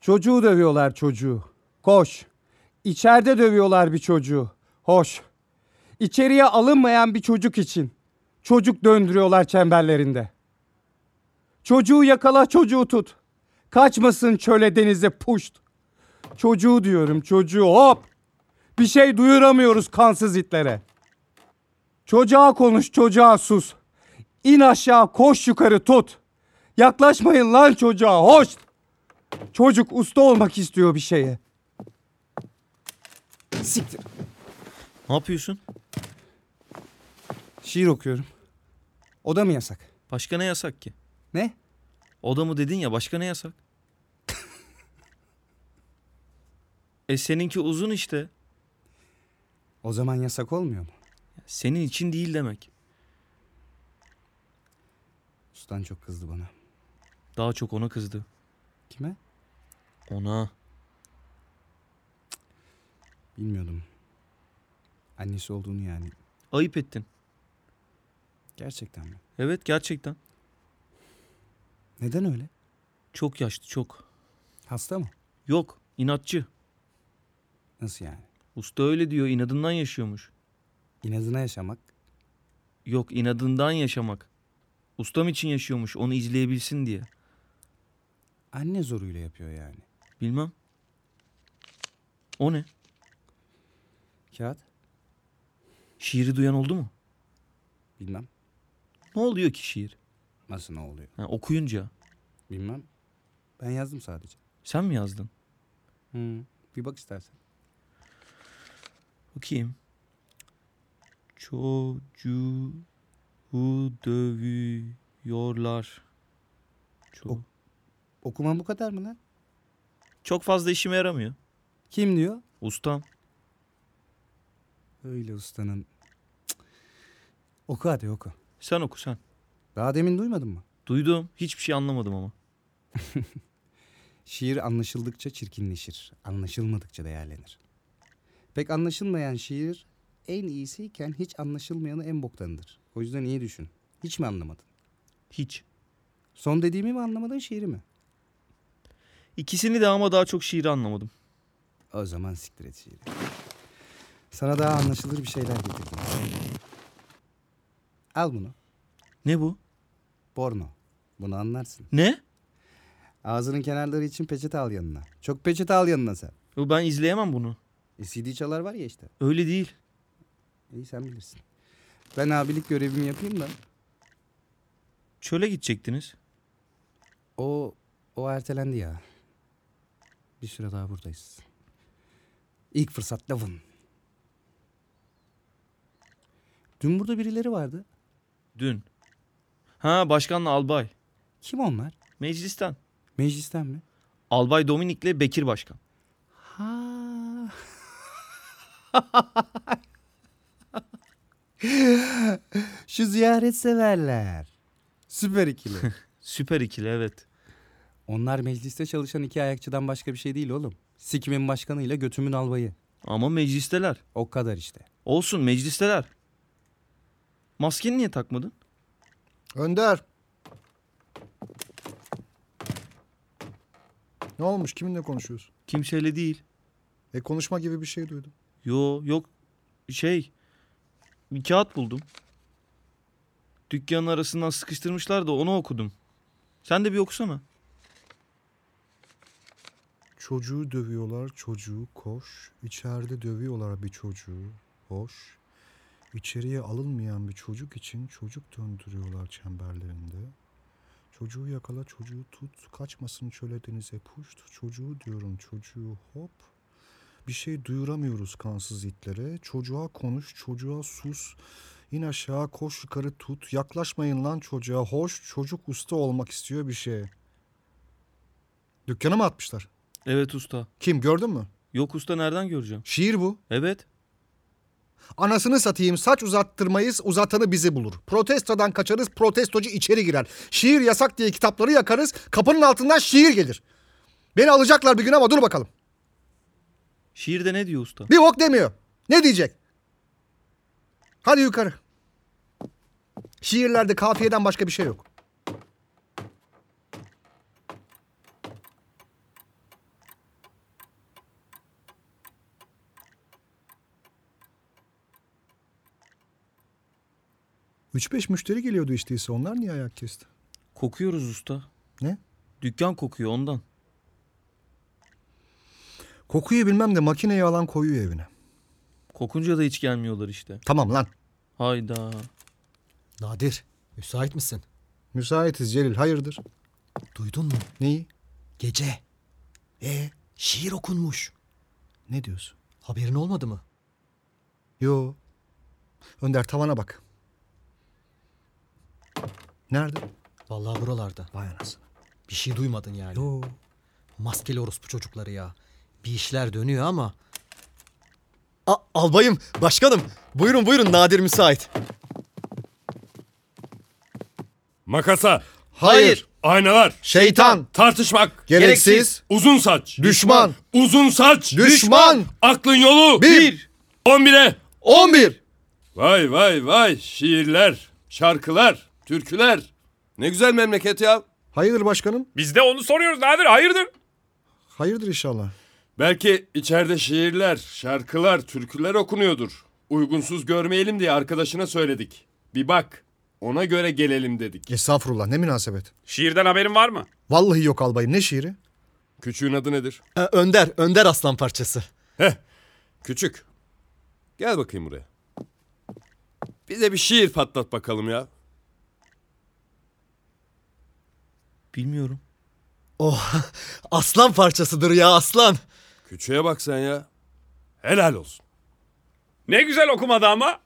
Çocuğu dövüyorlar çocuğu. Koş. İçeride dövüyorlar bir çocuğu. Hoş. İçeriye alınmayan bir çocuk için. Çocuk döndürüyorlar çemberlerinde. Çocuğu yakala çocuğu tut. Kaçmasın çöle denize puşt. Çocuğu diyorum çocuğu hop. Bir şey duyuramıyoruz kansız itlere. Çocuğa konuş çocuğa sus. İn aşağı koş yukarı tut. Yaklaşmayın lan çocuğa hoş. Çocuk usta olmak istiyor bir şeye. Siktir. Ne yapıyorsun? Şiir okuyorum. O da mı yasak? Başka ne yasak ki? Ne? Oda mı dedin ya başka ne yasak? e seninki uzun işte. O zaman yasak olmuyor mu? Senin için değil demek. Ustan çok kızdı bana. Daha çok ona kızdı. Kime? Ona. Bilmiyordum. Annesi olduğunu yani. Ayıp ettin. Gerçekten mi? Evet gerçekten. Neden öyle? Çok yaşlı çok. Hasta mı? Yok inatçı. Nasıl yani? Usta öyle diyor inadından yaşıyormuş. İnadına yaşamak? Yok inadından yaşamak. Ustam için yaşıyormuş onu izleyebilsin diye. Anne zoruyla yapıyor yani. Bilmem. O ne? Kağıt? Şiiri duyan oldu mu? Bilmem. Ne oluyor ki şiir? Nasıl ne oluyor? Ha, okuyunca. Bilmem. Ben yazdım sadece. Sen mi yazdın? Hı. Bir bak istersen. Bakayım. Çocuğu dövüyorlar. Çok. Okuman bu kadar mı lan? Çok fazla işime yaramıyor. Kim diyor? Ustam. Öyle ustanın. Cık. Oku hadi oku. Sen oku sen. Daha demin duymadın mı? Duydum. Hiçbir şey anlamadım ama. Şiir anlaşıldıkça çirkinleşir, anlaşılmadıkça değerlenir. Pek anlaşılmayan şiir en iyisiyken hiç anlaşılmayanı en boktanıdır. O yüzden iyi düşün. Hiç mi anlamadın? Hiç. Son dediğimi mi anlamadın şiiri mi? İkisini de ama daha çok şiiri anlamadım. O zaman siktir et şiiri. Sana daha anlaşılır bir şeyler getirdim. Al bunu. Ne bu? Porno. Bunu anlarsın. Ne? Ağzının kenarları için peçete al yanına. Çok peçete al yanına sen. Yo, Ben izleyemem bunu. E, CD çalar var ya işte. Öyle değil. İyi sen bilirsin. Ben abilik görevimi yapayım da. Çöle gidecektiniz. O o ertelendi ya. Bir süre daha buradayız. İlk fırsat lavın. Dün burada birileri vardı. Dün. Ha başkanla albay. Kim onlar? Meclisten. Meclisten mi? Albay Dominik'le Bekir Başkan. Ha. (laughs) Şu ziyaret severler. Süper ikili. (laughs) Süper ikili evet. Onlar mecliste çalışan iki ayakçıdan başka bir şey değil oğlum. Sikimin başkanıyla götümün albayı. Ama meclisteler. O kadar işte. Olsun meclisteler. Maskeni niye takmadın? Önder. Ne olmuş? Kiminle konuşuyorsun? Kimseyle değil. E konuşma gibi bir şey duydum. Yo yok şey bir kağıt buldum. Dükkanın arasından sıkıştırmışlar da onu okudum. Sen de bir okusana. Çocuğu dövüyorlar, çocuğu koş. İçeride dövüyorlar bir çocuğu. Hoş. İçeriye alınmayan bir çocuk için çocuk döndürüyorlar çemberlerinde. Çocuğu yakala, çocuğu tut. Kaçmasın çöle denize puşt. Çocuğu diyorum, çocuğu hop. Bir şey duyuramıyoruz kansız itlere. Çocuğa konuş, çocuğa sus. İn aşağı, koş yukarı tut. Yaklaşmayın lan çocuğa. Hoş, çocuk usta olmak istiyor bir şey. Dükkana mı atmışlar? Evet usta. Kim gördün mü? Yok usta nereden göreceğim? Şiir bu. Evet. Anasını satayım saç uzattırmayız uzatanı bizi bulur. Protestodan kaçarız protestocu içeri girer. Şiir yasak diye kitapları yakarız kapının altından şiir gelir. Beni alacaklar bir gün ama dur bakalım. Şiirde ne diyor usta? Bir bok demiyor. Ne diyecek? Hadi yukarı. Şiirlerde kafiyeden başka bir şey yok. Üç beş müşteri geliyordu işteyse onlar niye ayak kesti? Kokuyoruz usta. Ne? Dükkan kokuyor ondan. Kokuyu bilmem de makineyi alan koyuyor evine. Kokunca da hiç gelmiyorlar işte. Tamam lan. Hayda. Nadir, müsait misin? Müsaitiz Celil hayırdır? Duydun mu? Neyi? Gece. E, şiir okunmuş. Ne diyorsun? Haberin olmadı mı? Yo. Önder tavana bak. Nerede? Vallahi buralarda. Vay anasını. Bir şey duymadın yani. Yo. Maskeli orospu çocukları ya. Bir işler dönüyor ama. A- albayım, başkanım. Buyurun buyurun Nadir müsait. Makasa. Hayır. Aynalar. Şeytan. Tartışmak. Gereksiz. Gereksiz. Uzun saç. Düşman. Uzun saç. Düşman. Aklın yolu. Bir. 11'e. 11. Vay vay vay şiirler, şarkılar, türküler. Ne güzel memleket ya. Hayırdır başkanım? Biz de onu soruyoruz Nadir hayırdır? Hayırdır inşallah. Belki içeride şiirler, şarkılar, türküler okunuyordur. Uygunsuz görmeyelim diye arkadaşına söyledik. Bir bak, ona göre gelelim dedik. Estağfurullah ne münasebet. Şiirden haberin var mı? Vallahi yok albayım ne şiiri? Küçüğün adı nedir? Ee, Önder, Önder Aslan parçası. Heh, küçük. Gel bakayım buraya. Bize bir şiir patlat bakalım ya. Bilmiyorum. Oh, aslan parçasıdır ya aslan. Küçüğe bak sen ya. Helal olsun. Ne güzel okumadı (laughs) ama.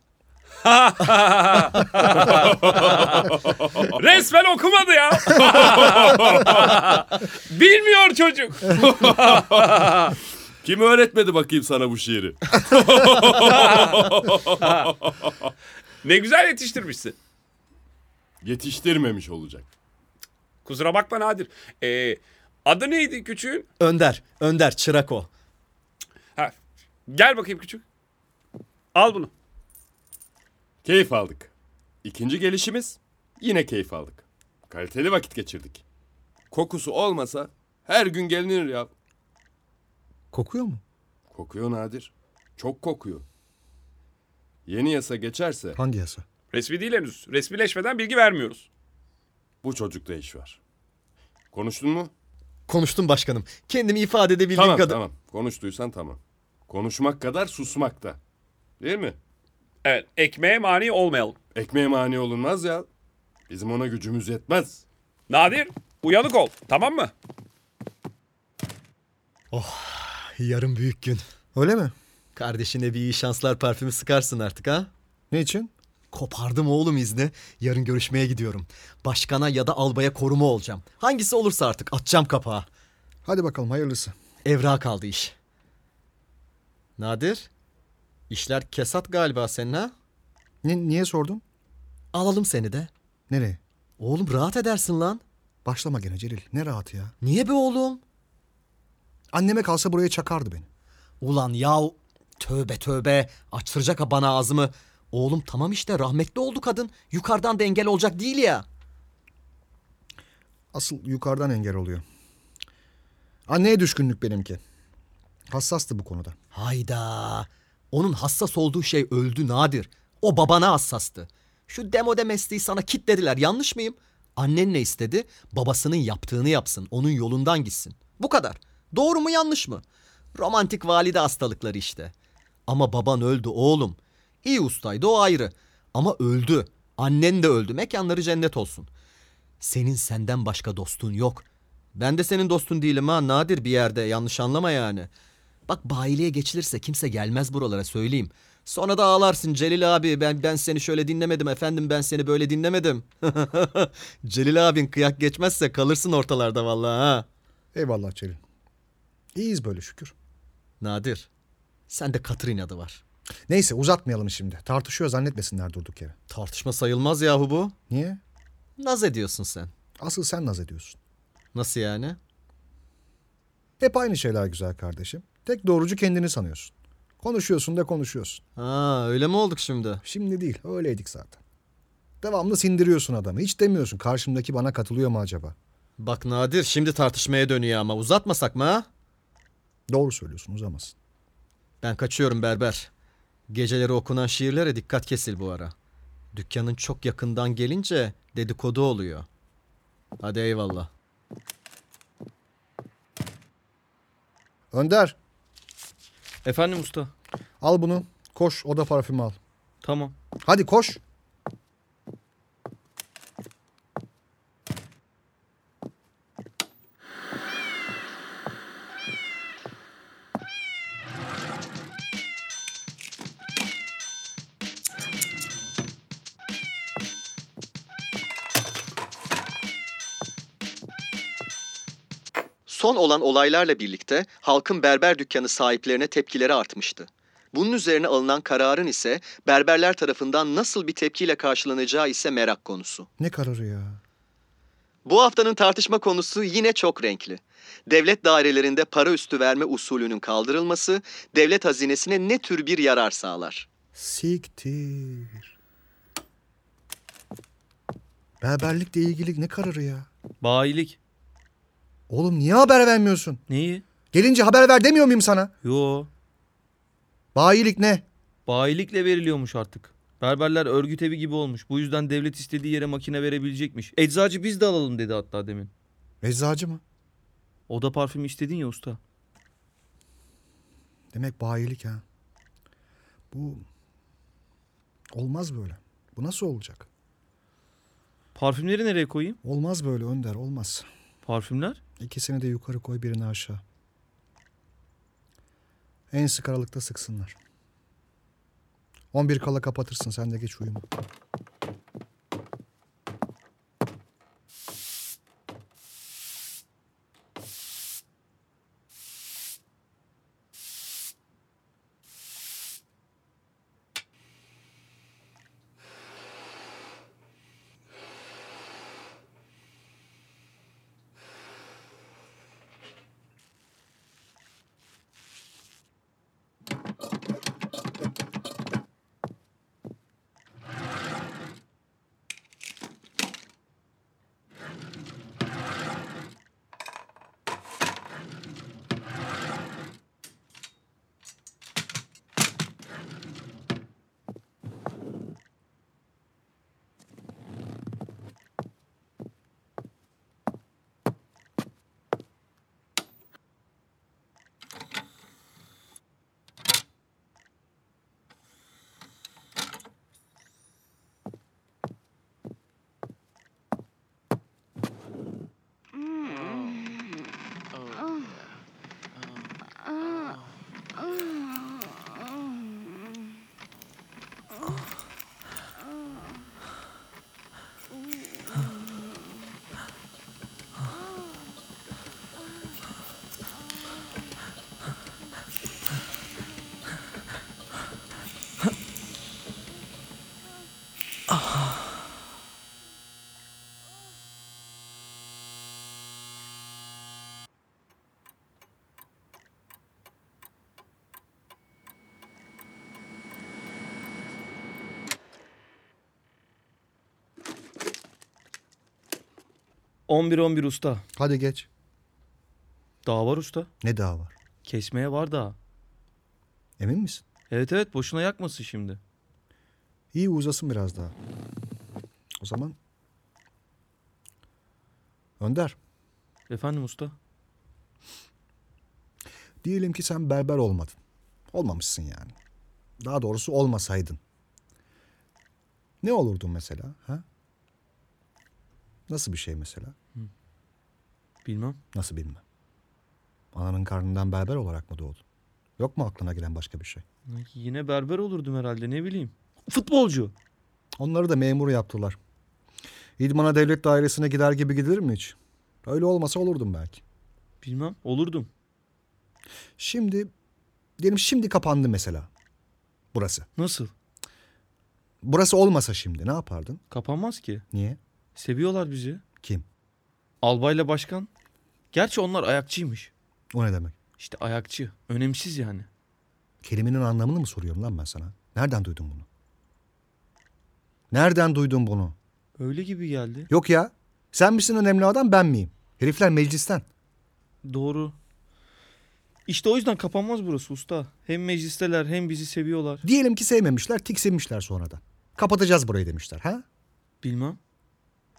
Resmen okumadı ya. (laughs) Bilmiyor çocuk. Kim öğretmedi bakayım sana bu şiiri? ne güzel yetiştirmişsin. Yetiştirmemiş olacak. Kusura bakma Nadir. Ee, adı neydi küçüğün? Önder, Önder çırak o. Ha, gel bakayım küçük. Al bunu. Keyif aldık. İkinci gelişimiz yine keyif aldık. Kaliteli vakit geçirdik. Kokusu olmasa her gün gelinir ya. Kokuyor mu? Kokuyor Nadir. Çok kokuyor. Yeni yasa geçerse Hangi yasa? Resmi değil henüz. Resmileşmeden bilgi vermiyoruz. bu çocukta iş var. Konuştun mu? Konuştum başkanım. Kendimi ifade edebildiğim Tamam kadar. tamam. Konuştuysan tamam. Konuşmak kadar susmak da. Değil mi? Evet, ekmeğe mani olmayalım. Ekmeğe mani olunmaz ya. Bizim ona gücümüz yetmez. Nadir, uyanık ol. Tamam mı? Yarın büyük gün. Öyle mi? Kardeşine bir iyi şanslar parfümü sıkarsın artık ha? Ne için? Kopardım oğlum izni. Yarın görüşmeye gidiyorum. Başkana ya da albaya koruma olacağım. Hangisi olursa artık atacağım kapağı. Hadi bakalım hayırlısı. Evra kaldı iş. Nadir, işler kesat galiba senin ha? Ni- niye sordun? Alalım seni de. Nereye? Oğlum rahat edersin lan. Başlama gene Celil. Ne rahatı ya. Niye be oğlum? Anneme kalsa buraya çakardı beni. Ulan yahu tövbe tövbe açtıracak ha bana ağzımı. Oğlum tamam işte rahmetli oldu kadın. Yukarıdan da engel olacak değil ya. Asıl yukarıdan engel oluyor. Anneye düşkünlük benimki. Hassastı bu konuda. Hayda. Onun hassas olduğu şey öldü nadir. O babana hassastı. Şu demode mesleği sana kitlediler yanlış mıyım? Annen ne istedi? Babasının yaptığını yapsın. Onun yolundan gitsin. Bu kadar. Doğru mu yanlış mı? Romantik valide hastalıkları işte. Ama baban öldü oğlum. İyi ustaydı o ayrı. Ama öldü. Annen de öldü. Mekanları cennet olsun. Senin senden başka dostun yok. Ben de senin dostun değilim ha nadir bir yerde yanlış anlama yani. Bak bayiliğe geçilirse kimse gelmez buralara söyleyeyim. Sonra da ağlarsın Celil abi ben ben seni şöyle dinlemedim efendim ben seni böyle dinlemedim. (laughs) Celil abin kıyak geçmezse kalırsın ortalarda vallahi ha. Eyvallah Celil. İyiyiz böyle şükür. Nadir sende katır inadı var. Neyse uzatmayalım şimdi. Tartışıyor zannetmesinler durduk yere. Tartışma sayılmaz yahu bu. Niye? Naz ediyorsun sen. Asıl sen naz ediyorsun. Nasıl yani? Hep aynı şeyler güzel kardeşim. Tek doğrucu kendini sanıyorsun. Konuşuyorsun da konuşuyorsun. Ha öyle mi olduk şimdi? Şimdi değil öyleydik zaten. Devamlı sindiriyorsun adamı. Hiç demiyorsun karşımdaki bana katılıyor mu acaba? Bak Nadir şimdi tartışmaya dönüyor ama uzatmasak mı ha? Doğru söylüyorsun uzamasın. Ben kaçıyorum berber. Geceleri okunan şiirlere dikkat kesil bu ara. Dükkanın çok yakından gelince dedikodu oluyor. Hadi eyvallah. Önder Efendim usta. al bunu. Koş oda parfümü al. Tamam. Hadi koş. Son olan olaylarla birlikte halkın berber dükkanı sahiplerine tepkileri artmıştı. Bunun üzerine alınan kararın ise berberler tarafından nasıl bir tepkiyle karşılanacağı ise merak konusu. Ne kararı ya? Bu haftanın tartışma konusu yine çok renkli. Devlet dairelerinde para üstü verme usulünün kaldırılması, devlet hazinesine ne tür bir yarar sağlar? Siktir. Berberlikle ilgili ne kararı ya? Bayilik. Oğlum niye haber vermiyorsun? Neyi? Gelince haber ver demiyor muyum sana? Yo. Bayilik ne? Bayilikle veriliyormuş artık. Berberler örgüt evi gibi olmuş. Bu yüzden devlet istediği yere makine verebilecekmiş. Eczacı biz de alalım dedi hatta demin. Eczacı mı? O da parfüm istedin ya usta. Demek bayilik ha. Bu olmaz böyle. Bu nasıl olacak? Parfümleri nereye koyayım? Olmaz böyle Önder olmaz. Parfümler? İkisini de yukarı koy birini aşağı. En sık aralıkta sıksınlar. 11 kala kapatırsın sen de geç uyuma. On bir on bir usta. Hadi geç. Daha var usta. Ne daha var? Kesmeye var daha. Emin misin? Evet evet boşuna yakmasın şimdi. İyi uzasın biraz daha. O zaman Önder Efendim usta? diyelim ki sen berber olmadın. Olmamışsın yani. Daha doğrusu olmasaydın. Ne olurdun mesela? Ha? Nasıl bir şey mesela? Bilmem. Nasıl bilmem. Ananın karnından berber olarak mı doğdun? Yok mu aklına gelen başka bir şey? Yine berber olurdum herhalde ne bileyim. Futbolcu. Onları da memur yaptılar. İdmana devlet dairesine gider gibi gidilir mi hiç? Öyle olmasa olurdum belki. Bilmem olurdum. Şimdi diyelim şimdi kapandı mesela. Burası. Nasıl? Burası olmasa şimdi ne yapardın? Kapanmaz ki. Niye? Seviyorlar bizi. Kim? Albayla başkan. Gerçi onlar ayakçıymış. O ne demek? İşte ayakçı. Önemsiz yani. Kelimenin anlamını mı soruyorum lan ben sana? Nereden duydun bunu? Nereden duydun bunu? Öyle gibi geldi. Yok ya. Sen misin önemli adam ben miyim? Herifler meclisten. Doğru. İşte o yüzden kapanmaz burası usta. Hem meclisteler hem bizi seviyorlar. Diyelim ki sevmemişler, tiksinmişler sonradan. Kapatacağız burayı demişler ha? Bilmem.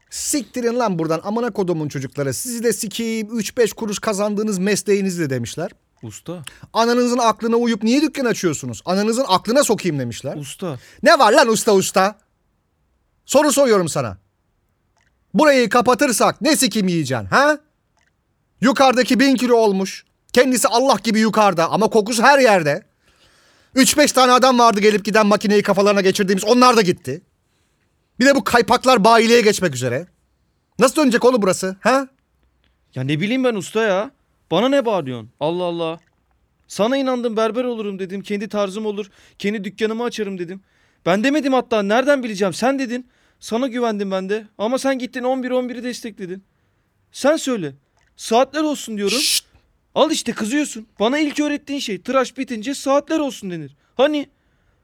Siktirin lan buradan amına kodumun çocukları. Sizi de sikeyim 3-5 kuruş kazandığınız mesleğinizle demişler. Usta. Ananızın aklına uyup niye dükkan açıyorsunuz? Ananızın aklına sokayım demişler. Usta. Ne var lan usta usta? Soru soruyorum sana. Burayı kapatırsak ne sikim yiyeceksin ha? Yukarıdaki bin kilo olmuş. Kendisi Allah gibi yukarıda ama kokusu her yerde. 3-5 tane adam vardı gelip giden makineyi kafalarına geçirdiğimiz onlar da gitti. Bir de bu kaypaklar bayiliğe geçmek üzere. Nasıl dönecek oğlum burası ha? Ya ne bileyim ben usta ya. Bana ne bağırıyorsun? Allah Allah. Sana inandım berber olurum dedim. Kendi tarzım olur. Kendi dükkanımı açarım dedim. Ben demedim hatta nereden bileceğim sen dedin. Sana güvendim ben de. Ama sen gittin 11-11'i destekledin. Sen söyle. Saatler olsun diyorum. Al işte kızıyorsun. Bana ilk öğrettiğin şey tıraş bitince saatler olsun denir. Hani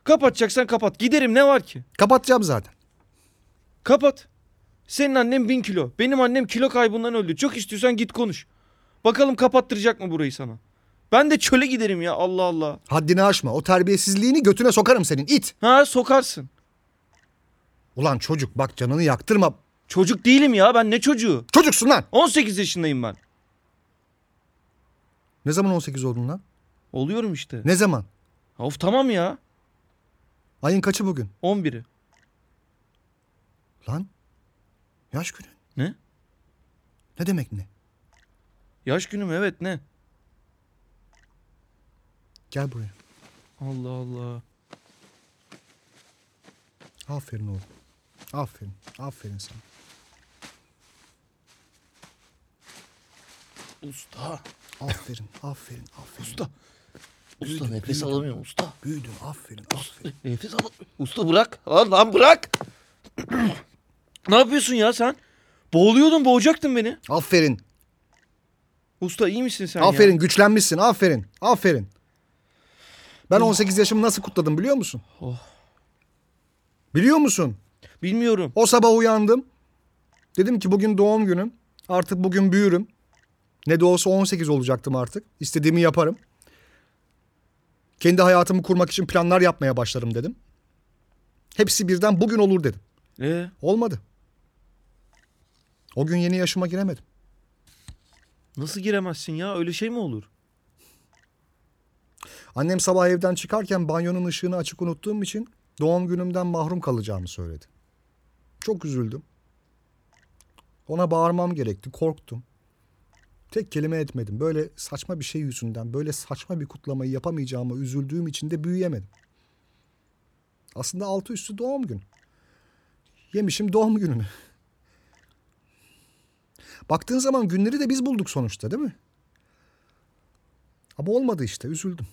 Kapatacaksan kapat. Giderim ne var ki? Kapatacağım zaten. Kapat. Senin annem bin kilo. Benim annem kilo kaybından öldü. Çok istiyorsan git konuş. Bakalım kapattıracak mı burayı sana? Ben de çöle giderim ya Allah Allah. Haddini aşma. O terbiyesizliğini götüne sokarım senin it. Ha sokarsın. Ulan çocuk bak canını yaktırma. Çocuk değilim ya ben ne çocuğu? Çocuksun lan. 18 yaşındayım ben. Ne zaman 18 oldun lan? Oluyorum işte. Ne zaman? Of tamam ya. Ayın kaçı bugün? 11'i. Lan. Yaş günü. Ne? Ne demek ne? Yaş günüm evet ne? Gel buraya. Allah Allah. Aferin oğlum. Aferin. Aferin sana. Usta. Aferin. Aferin. Aferin. Usta. Usta nefes alamıyorum usta. Büyüdün. Aferin. Aferin. Nefes al. Usta bırak. Lan lan bırak. (clears throat) Ne yapıyorsun ya sen? Boğuluyordun boğacaktın beni. Aferin. Usta iyi misin sen aferin. ya? Güçlenmişsin. Aferin. Aferin. Ben 18 yaşımı nasıl kutladım biliyor musun? Oh. Biliyor musun? Bilmiyorum. O sabah uyandım. Dedim ki bugün doğum günüm. Artık bugün büyürüm. Ne de olsa 18 olacaktım artık. İstediğimi yaparım. Kendi hayatımı kurmak için planlar yapmaya başlarım dedim. Hepsi birden bugün olur dedim. Ee? Olmadı. O gün yeni yaşıma giremedim. Nasıl giremezsin ya? Öyle şey mi olur? Annem sabah evden çıkarken banyonun ışığını açık unuttuğum için doğum günümden mahrum kalacağımı söyledi. Çok üzüldüm. Ona bağırmam gerekti, korktum. Tek kelime etmedim. Böyle saçma bir şey yüzünden, böyle saçma bir kutlamayı yapamayacağıma üzüldüğüm için de büyüyemedim. Aslında altı üstü doğum günü. Yemişim doğum gününü. Baktığın zaman günleri de biz bulduk sonuçta değil mi? Ama olmadı işte üzüldüm.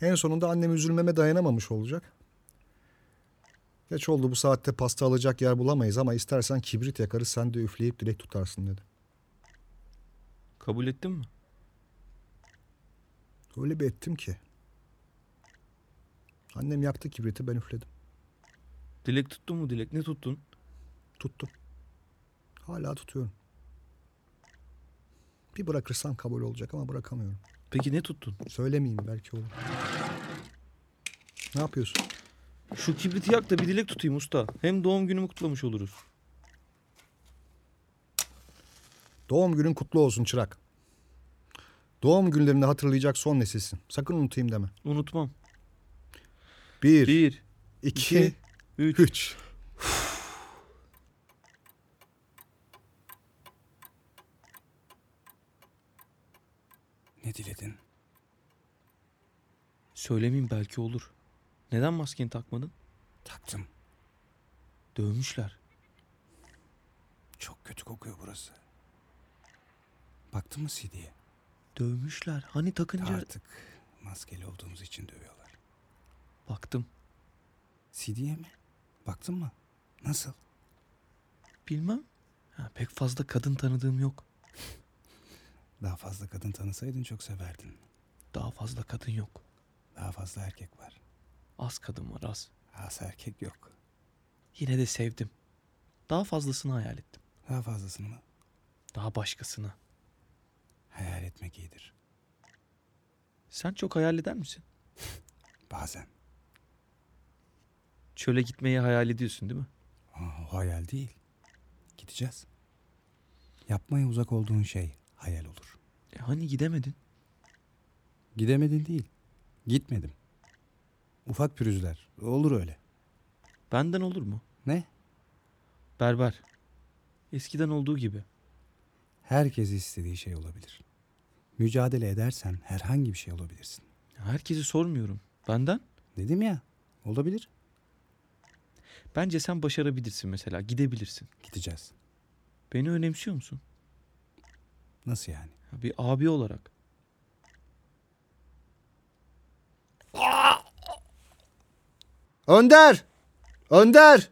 En sonunda annem üzülmeme dayanamamış olacak. Geç oldu bu saatte pasta alacak yer bulamayız ama istersen kibrit yakarız sen de üfleyip dilek tutarsın dedi. Kabul ettin mi? Öyle bir ettim ki. Annem yaktı kibriti ben üfledim. Dilek tuttun mu dilek? Ne tuttun? Tuttum. Hala tutuyorum. Bir bırakırsan kabul olacak ama bırakamıyorum. Peki ne tuttun? Söylemeyeyim belki olur. Ne yapıyorsun? Şu kibriti yak da bir dilek tutayım usta. Hem doğum günümü kutlamış oluruz. Doğum günün kutlu olsun çırak. Doğum günlerini hatırlayacak son nesilsin. Sakın unutayım deme. Unutmam. Bir, Bir, iki, iki, üç. üç. Ne diledin? Söylemeyeyim belki olur. Neden maskeni takmadın? Taktım. Dövmüşler. Çok kötü kokuyor burası. Baktın mı CD'ye? Dövmüşler. Hani takınca... Artık maskeli olduğumuz için dövüyorlar. Baktım. CD'ye mi? Baktın mı? Nasıl? Bilmem. Ha, pek fazla kadın tanıdığım yok. Daha fazla kadın tanısaydın çok severdin. Daha fazla kadın yok. Daha fazla erkek var. Az kadın var az. Az erkek yok. Yine de sevdim. Daha fazlasını hayal ettim. Daha fazlasını mı? Daha başkasını. Hayal etmek iyidir. Sen çok hayal eder misin? Bazen. Çöle gitmeyi hayal ediyorsun değil mi? Aa, o hayal değil. Gideceğiz. Yapmaya uzak olduğun şey hayal olur. E hani gidemedin? Gidemedin değil. Gitmedim. Ufak pürüzler. Olur öyle. Benden olur mu? Ne? Berber. Eskiden olduğu gibi. Herkes istediği şey olabilir. Mücadele edersen herhangi bir şey olabilirsin. Herkesi sormuyorum. Benden? Dedim ya. Olabilir. Bence sen başarabilirsin mesela. Gidebilirsin. Gideceğiz. Beni önemsiyor musun? Nasıl yani? Ya Bir abi olarak. Önder! Önder!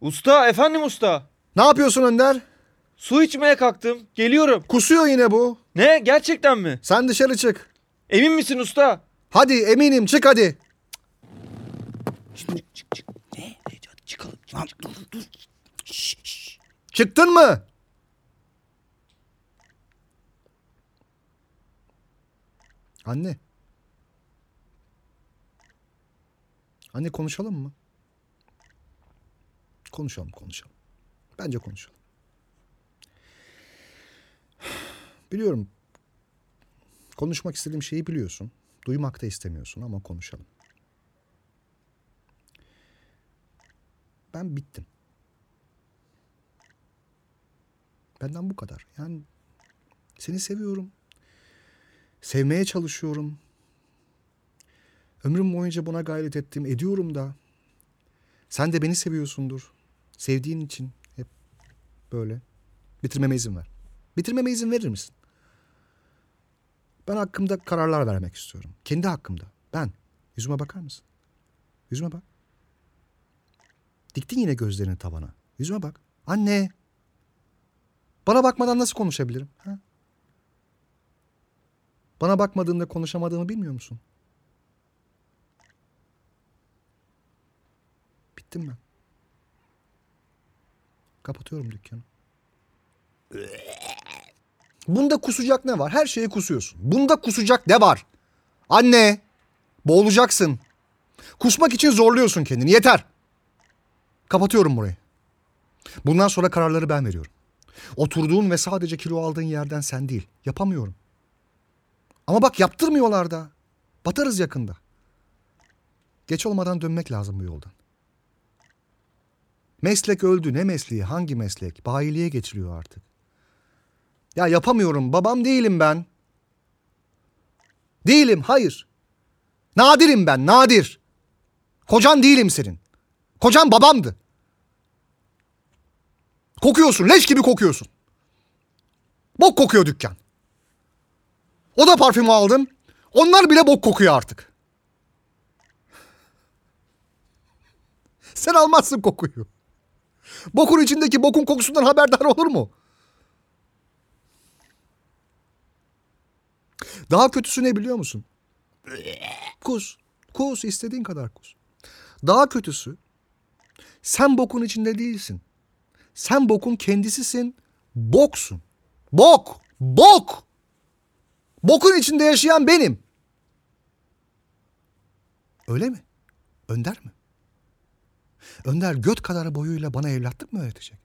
Usta, efendim usta. Ne yapıyorsun Önder? Su içmeye kalktım. Geliyorum. Kusuyor yine bu. Ne? Gerçekten mi? Sen dışarı çık. Emin misin usta? Hadi eminim çık hadi. Çıktın mı? Anne. Anne konuşalım mı? Konuşalım konuşalım. Bence konuşalım. (sighs) Biliyorum. Konuşmak istediğim şeyi biliyorsun. Duymak da istemiyorsun ama konuşalım. Ben bittim. Benden bu kadar. Yani seni seviyorum. Sevmeye çalışıyorum. Ömrüm boyunca buna gayret ettim. Ediyorum da. Sen de beni seviyorsundur. Sevdiğin için hep böyle. Bitirmeme izin ver. Bitirmeme izin verir misin? Ben hakkımda kararlar vermek istiyorum. Kendi hakkımda. Ben. Yüzüme bakar mısın? Yüzüme bak. Diktin yine gözlerini tavana. Yüzüme bak. Anne. Bana bakmadan nasıl konuşabilirim? Ha? Bana bakmadığında konuşamadığını bilmiyor musun? Bittim ben. Kapatıyorum dükkanı. Bunda kusacak ne var? Her şeye kusuyorsun. Bunda kusacak ne var? Anne, boğulacaksın. Kusmak için zorluyorsun kendini. Yeter. Kapatıyorum burayı. Bundan sonra kararları ben veriyorum. Oturduğun ve sadece kilo aldığın yerden sen değil. Yapamıyorum. Ama bak yaptırmıyorlar da. Batarız yakında. Geç olmadan dönmek lazım bu yoldan. Meslek öldü. Ne mesleği? Hangi meslek? Bayiliğe geçiliyor artık. Ya yapamıyorum. Babam değilim ben. Değilim. Hayır. Nadirim ben. Nadir. Kocan değilim senin. Kocan babamdı. Kokuyorsun. Leş gibi kokuyorsun. Bok kokuyor dükkan. O da parfümü aldım. Onlar bile bok kokuyor artık. Sen almazsın kokuyu. Bokun içindeki bokun kokusundan haberdar olur mu? Daha kötüsü ne biliyor musun? Kus. Kus istediğin kadar kus. Daha kötüsü sen bokun içinde değilsin. Sen bokun kendisisin. Boksun. Bok. Bok. Bokun içinde yaşayan benim. Öyle mi? Önder mi? Önder göt kadar boyuyla bana evlatlık mı öğretecek?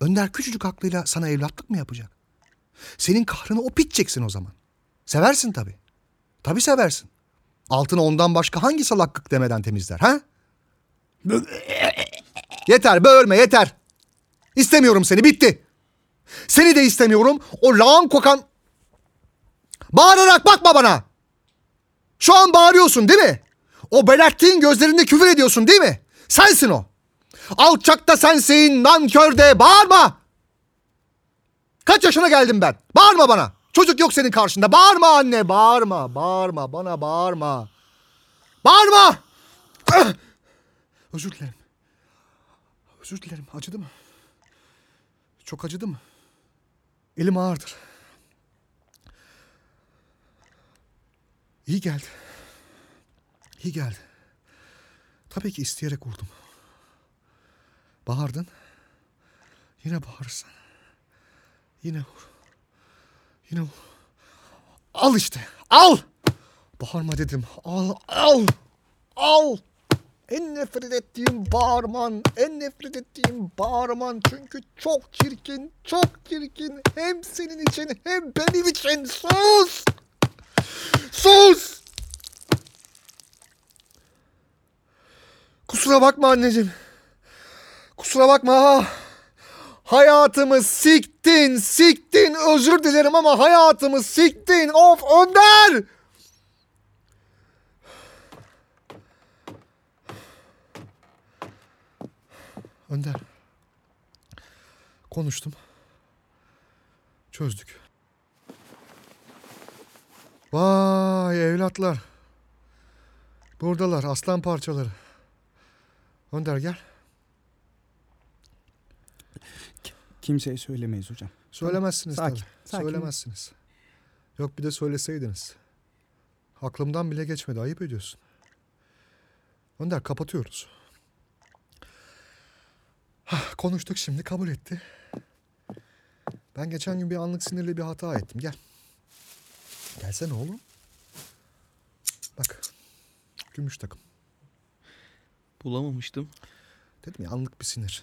Önder küçücük aklıyla sana evlatlık mı yapacak? Senin kahrını o piç çeksin o zaman. Seversin tabii. Tabii seversin. Altını ondan başka hangi salaklık demeden temizler ha? Yeter böğürme yeter. İstemiyorum seni bitti. Seni de istemiyorum. O lağım kokan... Bağırarak bakma bana. Şu an bağırıyorsun değil mi? O belerttiğin gözlerinde küfür ediyorsun değil mi? Sensin o. Alçak da sensin, nankör de bağırma. Kaç yaşına geldim ben? Bağırma bana. Çocuk yok senin karşında. Bağırma anne, bağırma, bağırma, bana bağırma. Bağırma! (clears throat) Ah! Özür dilerim. Özür dilerim. Acıdı mı? Çok acıdı mı? Elim ağırdır. İyi geldi. İyi geldi. Tabii ki isteyerek vurdum. Bağırdın. Yine bağırırsan. Yine vur. Yine vur. Al işte. Al. Bağırma dedim. Al. Al. Al. En nefret ettiğim bağırman, en nefret ettiğim bağırman çünkü çok çirkin, çok çirkin hem senin için hem benim için. Sus! Sus! Kusura bakma anneciğim. Kusura bakma. Hayatımı siktin, siktin. Özür dilerim ama hayatımı siktin. Of Önder! Önder. Konuştum. Çözdük. Vay evlatlar. Buradalar aslan parçaları. Önder gel. Kimseye söylemeyiz hocam. Söylemezsiniz Sakin, tabii. sakin. Söylemezsiniz. Yok bir de söyleseydiniz. Aklımdan bile geçmedi. Ayıp ediyorsun. Önder kapatıyoruz. Hah, Konuştuk şimdi kabul etti. Ben geçen gün bir anlık sinirli bir hata ettim. Gel. Gelsene oğlum. Bak. Gümüş takım. Bulamamıştım. Dedim ya anlık bir sinir.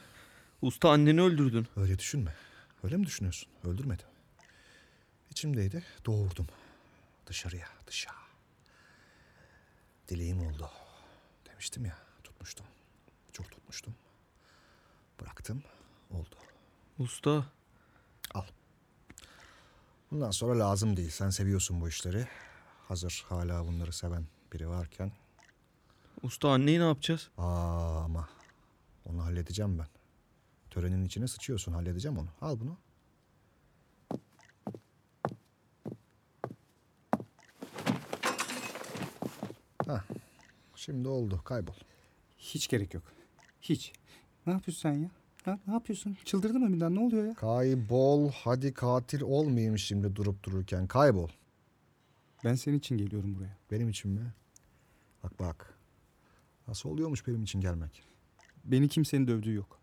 Usta anneni öldürdün. Öyle düşünme. Öyle mi düşünüyorsun? Öldürmedim. İçimdeydi. Doğurdum. Dışarıya, dışa. Dileğim oldu. Demiştim ya, tutmuştum. Çok tutmuştum. Bıraktım, oldu. Usta. Bundan sonra lazım değil. Sen seviyorsun bu işleri. Hazır hala bunları seven biri varken. Usta anneyi ne yapacağız? Aa ama onu halledeceğim ben. Törenin içine sıçıyorsun halledeceğim onu. Al bunu. Hah. Şimdi oldu kaybol. Hiç gerek yok. Hiç. Ne yapıyorsun sen ya? Ha, ne yapıyorsun? Çıldırdın mı birden? Ne oluyor ya? Kaybol hadi katil olmayayım şimdi durup dururken kaybol. Ben senin için geliyorum buraya. Benim için mi? Bak bak. Nasıl oluyormuş benim için gelmek? Beni kimsenin dövdüğü yok.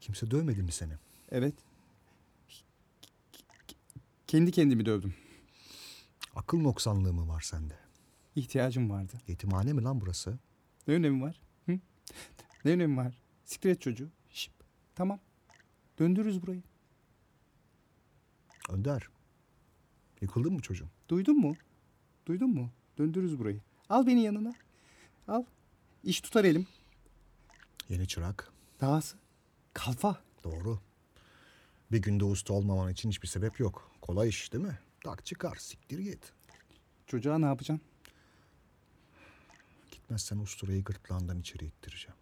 Kimse dövmedi mi seni? Evet. Kendi kendimi dövdüm. Akıl noksanlığı mı var sende? İhtiyacım vardı. Yetimhane mi lan burası? Ne önemi var? Hı? Ne önemi var? Siktir et çocuğu. Şıp. Tamam. Döndürürüz burayı. Önder. Yıkıldın mı çocuğum? Duydun mu? Duydun mu? Döndürürüz burayı. Al beni yanına. Al. İş tutar elim. Yeni çırak. Dahası. Kalfa. Doğru. Bir günde usta olmaman için hiçbir sebep yok. Kolay iş değil mi? Tak çıkar siktir git. Çocuğa ne yapacaksın? Gitmezsen usturayı gırtlağından içeri ittireceğim.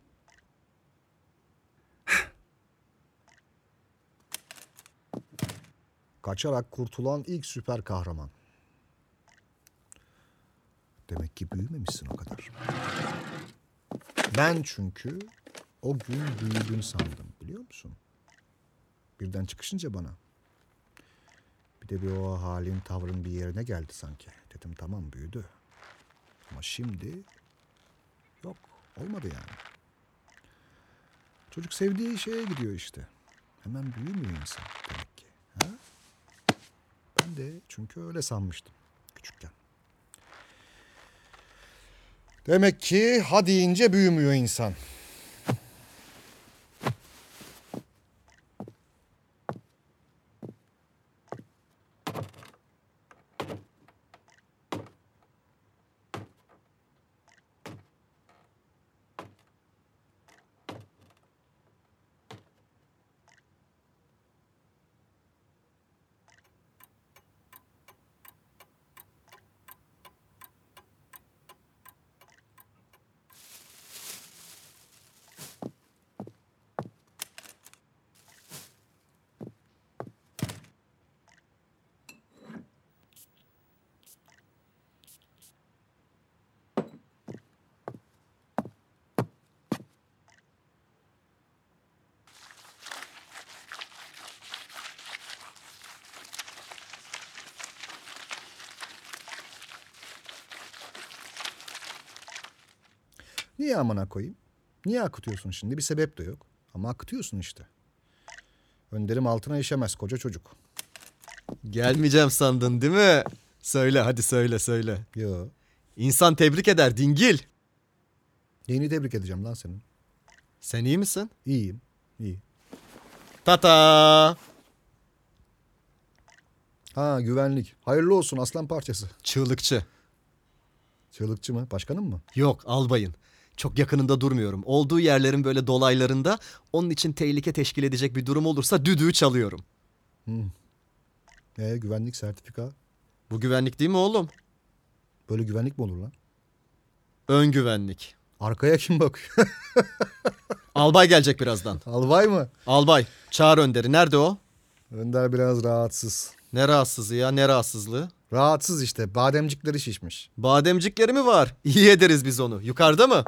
Kaçarak kurtulan ilk süper kahraman. Demek ki büyümemişsin o kadar. Ben çünkü o gün büyüdün sandım biliyor musun? Birden çıkışınca bana. Bir de bir o halin tavrın bir yerine geldi sanki. Dedim tamam büyüdü. Ama şimdi yok olmadı yani. Çocuk sevdiği şeye gidiyor işte. Hemen büyümüyor insan demek ki. Ha? Ben de çünkü öyle sanmıştım küçükken. Demek ki ha deyince büyümüyor insan. Niye amına koyayım? Niye akıtıyorsun şimdi? Bir sebep de yok. Ama akıtıyorsun işte. Önderim altına işemez koca çocuk. Gelmeyeceğim sandın değil mi? Söyle hadi söyle söyle. Yo. İnsan tebrik eder dingil. Neyini tebrik edeceğim lan senin? Sen iyi misin? İyiyim. İyi. Tata. Ha güvenlik. Hayırlı olsun aslan parçası. Çığlıkçı. Çığlıkçı mı? Başkanım mı? Yok albayın. Çok yakınında durmuyorum. Olduğu yerlerin böyle dolaylarında onun için tehlike teşkil edecek bir durum olursa düdüğü çalıyorum. Hmm. Ee, güvenlik sertifika. Bu güvenlik değil mi oğlum? Böyle güvenlik mi olur lan? Ön güvenlik. Arkaya kim bakıyor? (laughs) Albay gelecek birazdan. Albay mı? Albay. Çağır Önder'i. Nerede o? Önder biraz rahatsız. Ne rahatsızı ya ne rahatsızlığı? Rahatsız işte. Bademcikleri şişmiş. Bademcikleri mi var? (laughs) İyi ederiz biz onu. Yukarıda mı?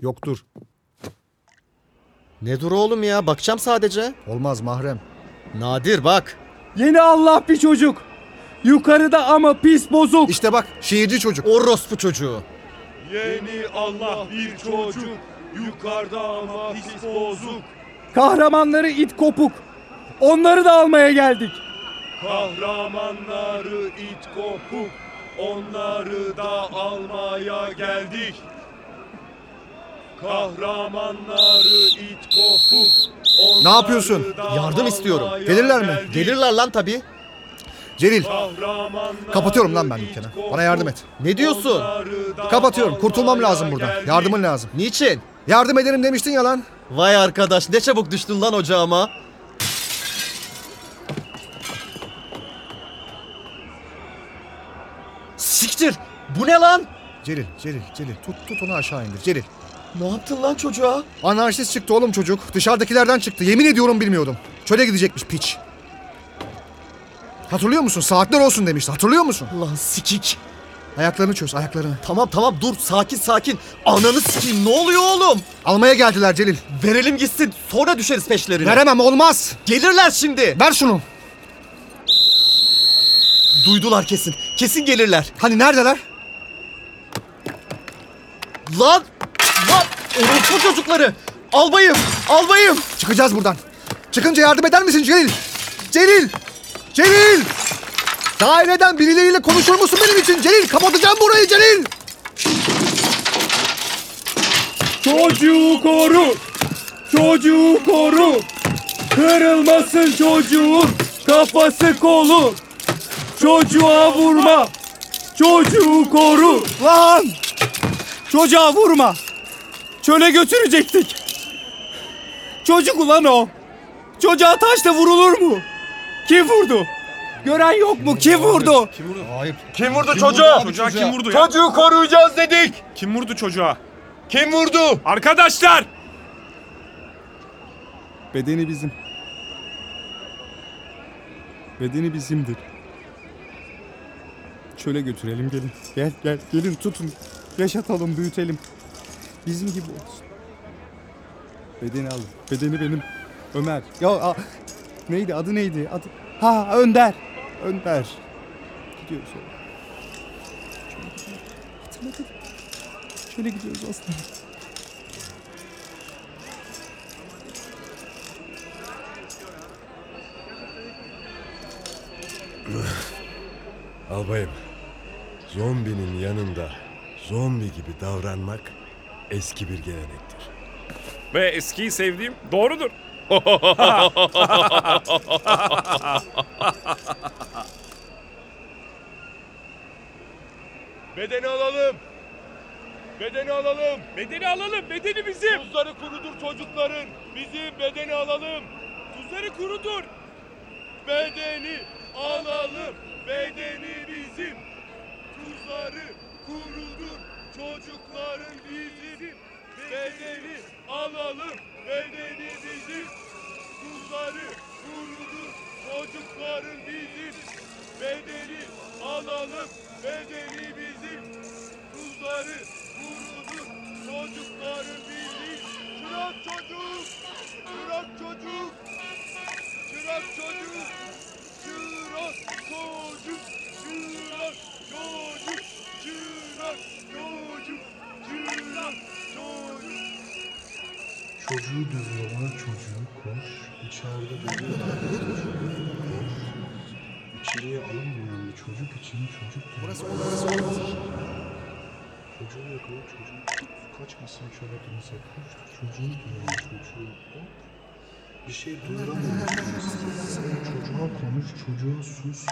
Yoktur. Ne dur oğlum ya? Bakacağım sadece. Olmaz mahrem. Nadir bak. Yeni Allah bir çocuk. Yukarıda ama pis bozuk. İşte bak şiirci çocuk. Orospu çocuğu. Yeni Allah bir çocuk yukarıda ama pis bozuk. Kahramanları it kopuk. Onları da almaya geldik. Kahramanları it kopuk. Onları da almaya geldik. Kahramanları it kopuk. Onları Ne yapıyorsun? Yardım istiyorum. Gelirler mi? Gelirler lan tabii. Celil. Kapatıyorum lan ben dükkanı. Bana yardım et. Ne diyorsun? Kapatıyorum. Kurtulmam lazım buradan. Yardımın lazım. Niçin? Yardım ederim demiştin ya lan. Vay arkadaş ne çabuk düştün lan ocağıma. Siktir. Bu ne lan? Celil, Celil, Celil. Tut, tut onu aşağı indir. Celil. Ne yaptın lan çocuğa? Anarşist çıktı oğlum çocuk. Dışarıdakilerden çıktı. Yemin ediyorum bilmiyordum. Çöle gidecekmiş piç. Hatırlıyor musun? Saatler olsun demişti. Hatırlıyor musun? Lan sikik. Ayaklarını çöz, ayaklarını. Tamam tamam dur sakin sakin. Ananı sikeyim ne oluyor oğlum? Almaya geldiler Celil. Verelim gitsin sonra düşeriz peşlerine. Veremem olmaz. Gelirler şimdi. Ver şunu. Duydular kesin. Kesin gelirler. Hani neredeler? Lan! Lan! Orospu çocukları! Albayım! Albayım! Çıkacağız buradan. Çıkınca yardım eder misin Celil? Celil! Celil! Daireden birileriyle konuşur musun benim için Celil? Kapatacağım burayı Celil! Çocuğu koru. Çocuğu koru. Kırılmasın çocuğun kafası kolu. Çocuğa vurma. Çocuğu koru. Lan! Çocuğa vurma. Çöle götürecektik. Çocuk ulan o. Çocuğa taşla vurulur mu? Kim vurdu? Gören yok mu? Kim vurdu? Kim vurdu çocuğa? Çocuğa kim vurdu ya? Çocuğu koruyacağız dedik. Kim vurdu çocuğa? Kim vurdu? Arkadaşlar! Bedeni bizim. Bedeni bizimdir. Çöle götürelim gelin. Gel gel gelin tutun. Yaşatalım büyütelim. Bizim gibi olsun. Bedeni alın. Bedeni benim. Ömer. Ya a- neydi adı neydi? Adı... Ha Önder. Önder. Gidiyoruz oğlum. Hatırladım. Şöyle gidiyoruz aslında. Albayım, zombinin yanında zombi gibi davranmak eski bir gelenektir. Ve eskiyi sevdiğim doğrudur. (laughs) Bedeni alalım. Bedeni alalım. Bedeni alalım. Bedeni bizim. Tuzları kurudur çocukların. Bizim bedeni alalım. Tuzları kurudur. Bedeni alalım. Bedeni bizim. Tuzları kurudur çocukların bizim. Bedeni alalım. Bedeni bizim. Tuzları kurudur çocukların bizim. Bedeni alalım. Bedeni bizim. Tuzları kurudur çocukların bizim. Çırak çocuk. Çırak çocuk. Çırak çocuk. Çırak çocuk. Çırak çocuk. Çırak çocuk. Çırak çocuk. Çocuğu dövüyor ona çocuğu koş. İçeride dövüyor çocuğu koş. İçeriye alınmayan bir çocuk için çocuk dövüyor. Burası orası Çocuğu yakala çocuğu tut. Kaçmasın çöle dönse koş. Çocuğu dövüyor çocuğu hop. Bir şey duyuramıyor çocuğu. Sen çocuğa konuş çocuğa sus.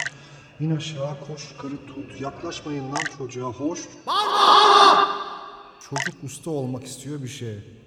İn aşağı koş yukarı tut. Yaklaşmayın lan çocuğa hoş. Çocuk usta olmak istiyor bir şey.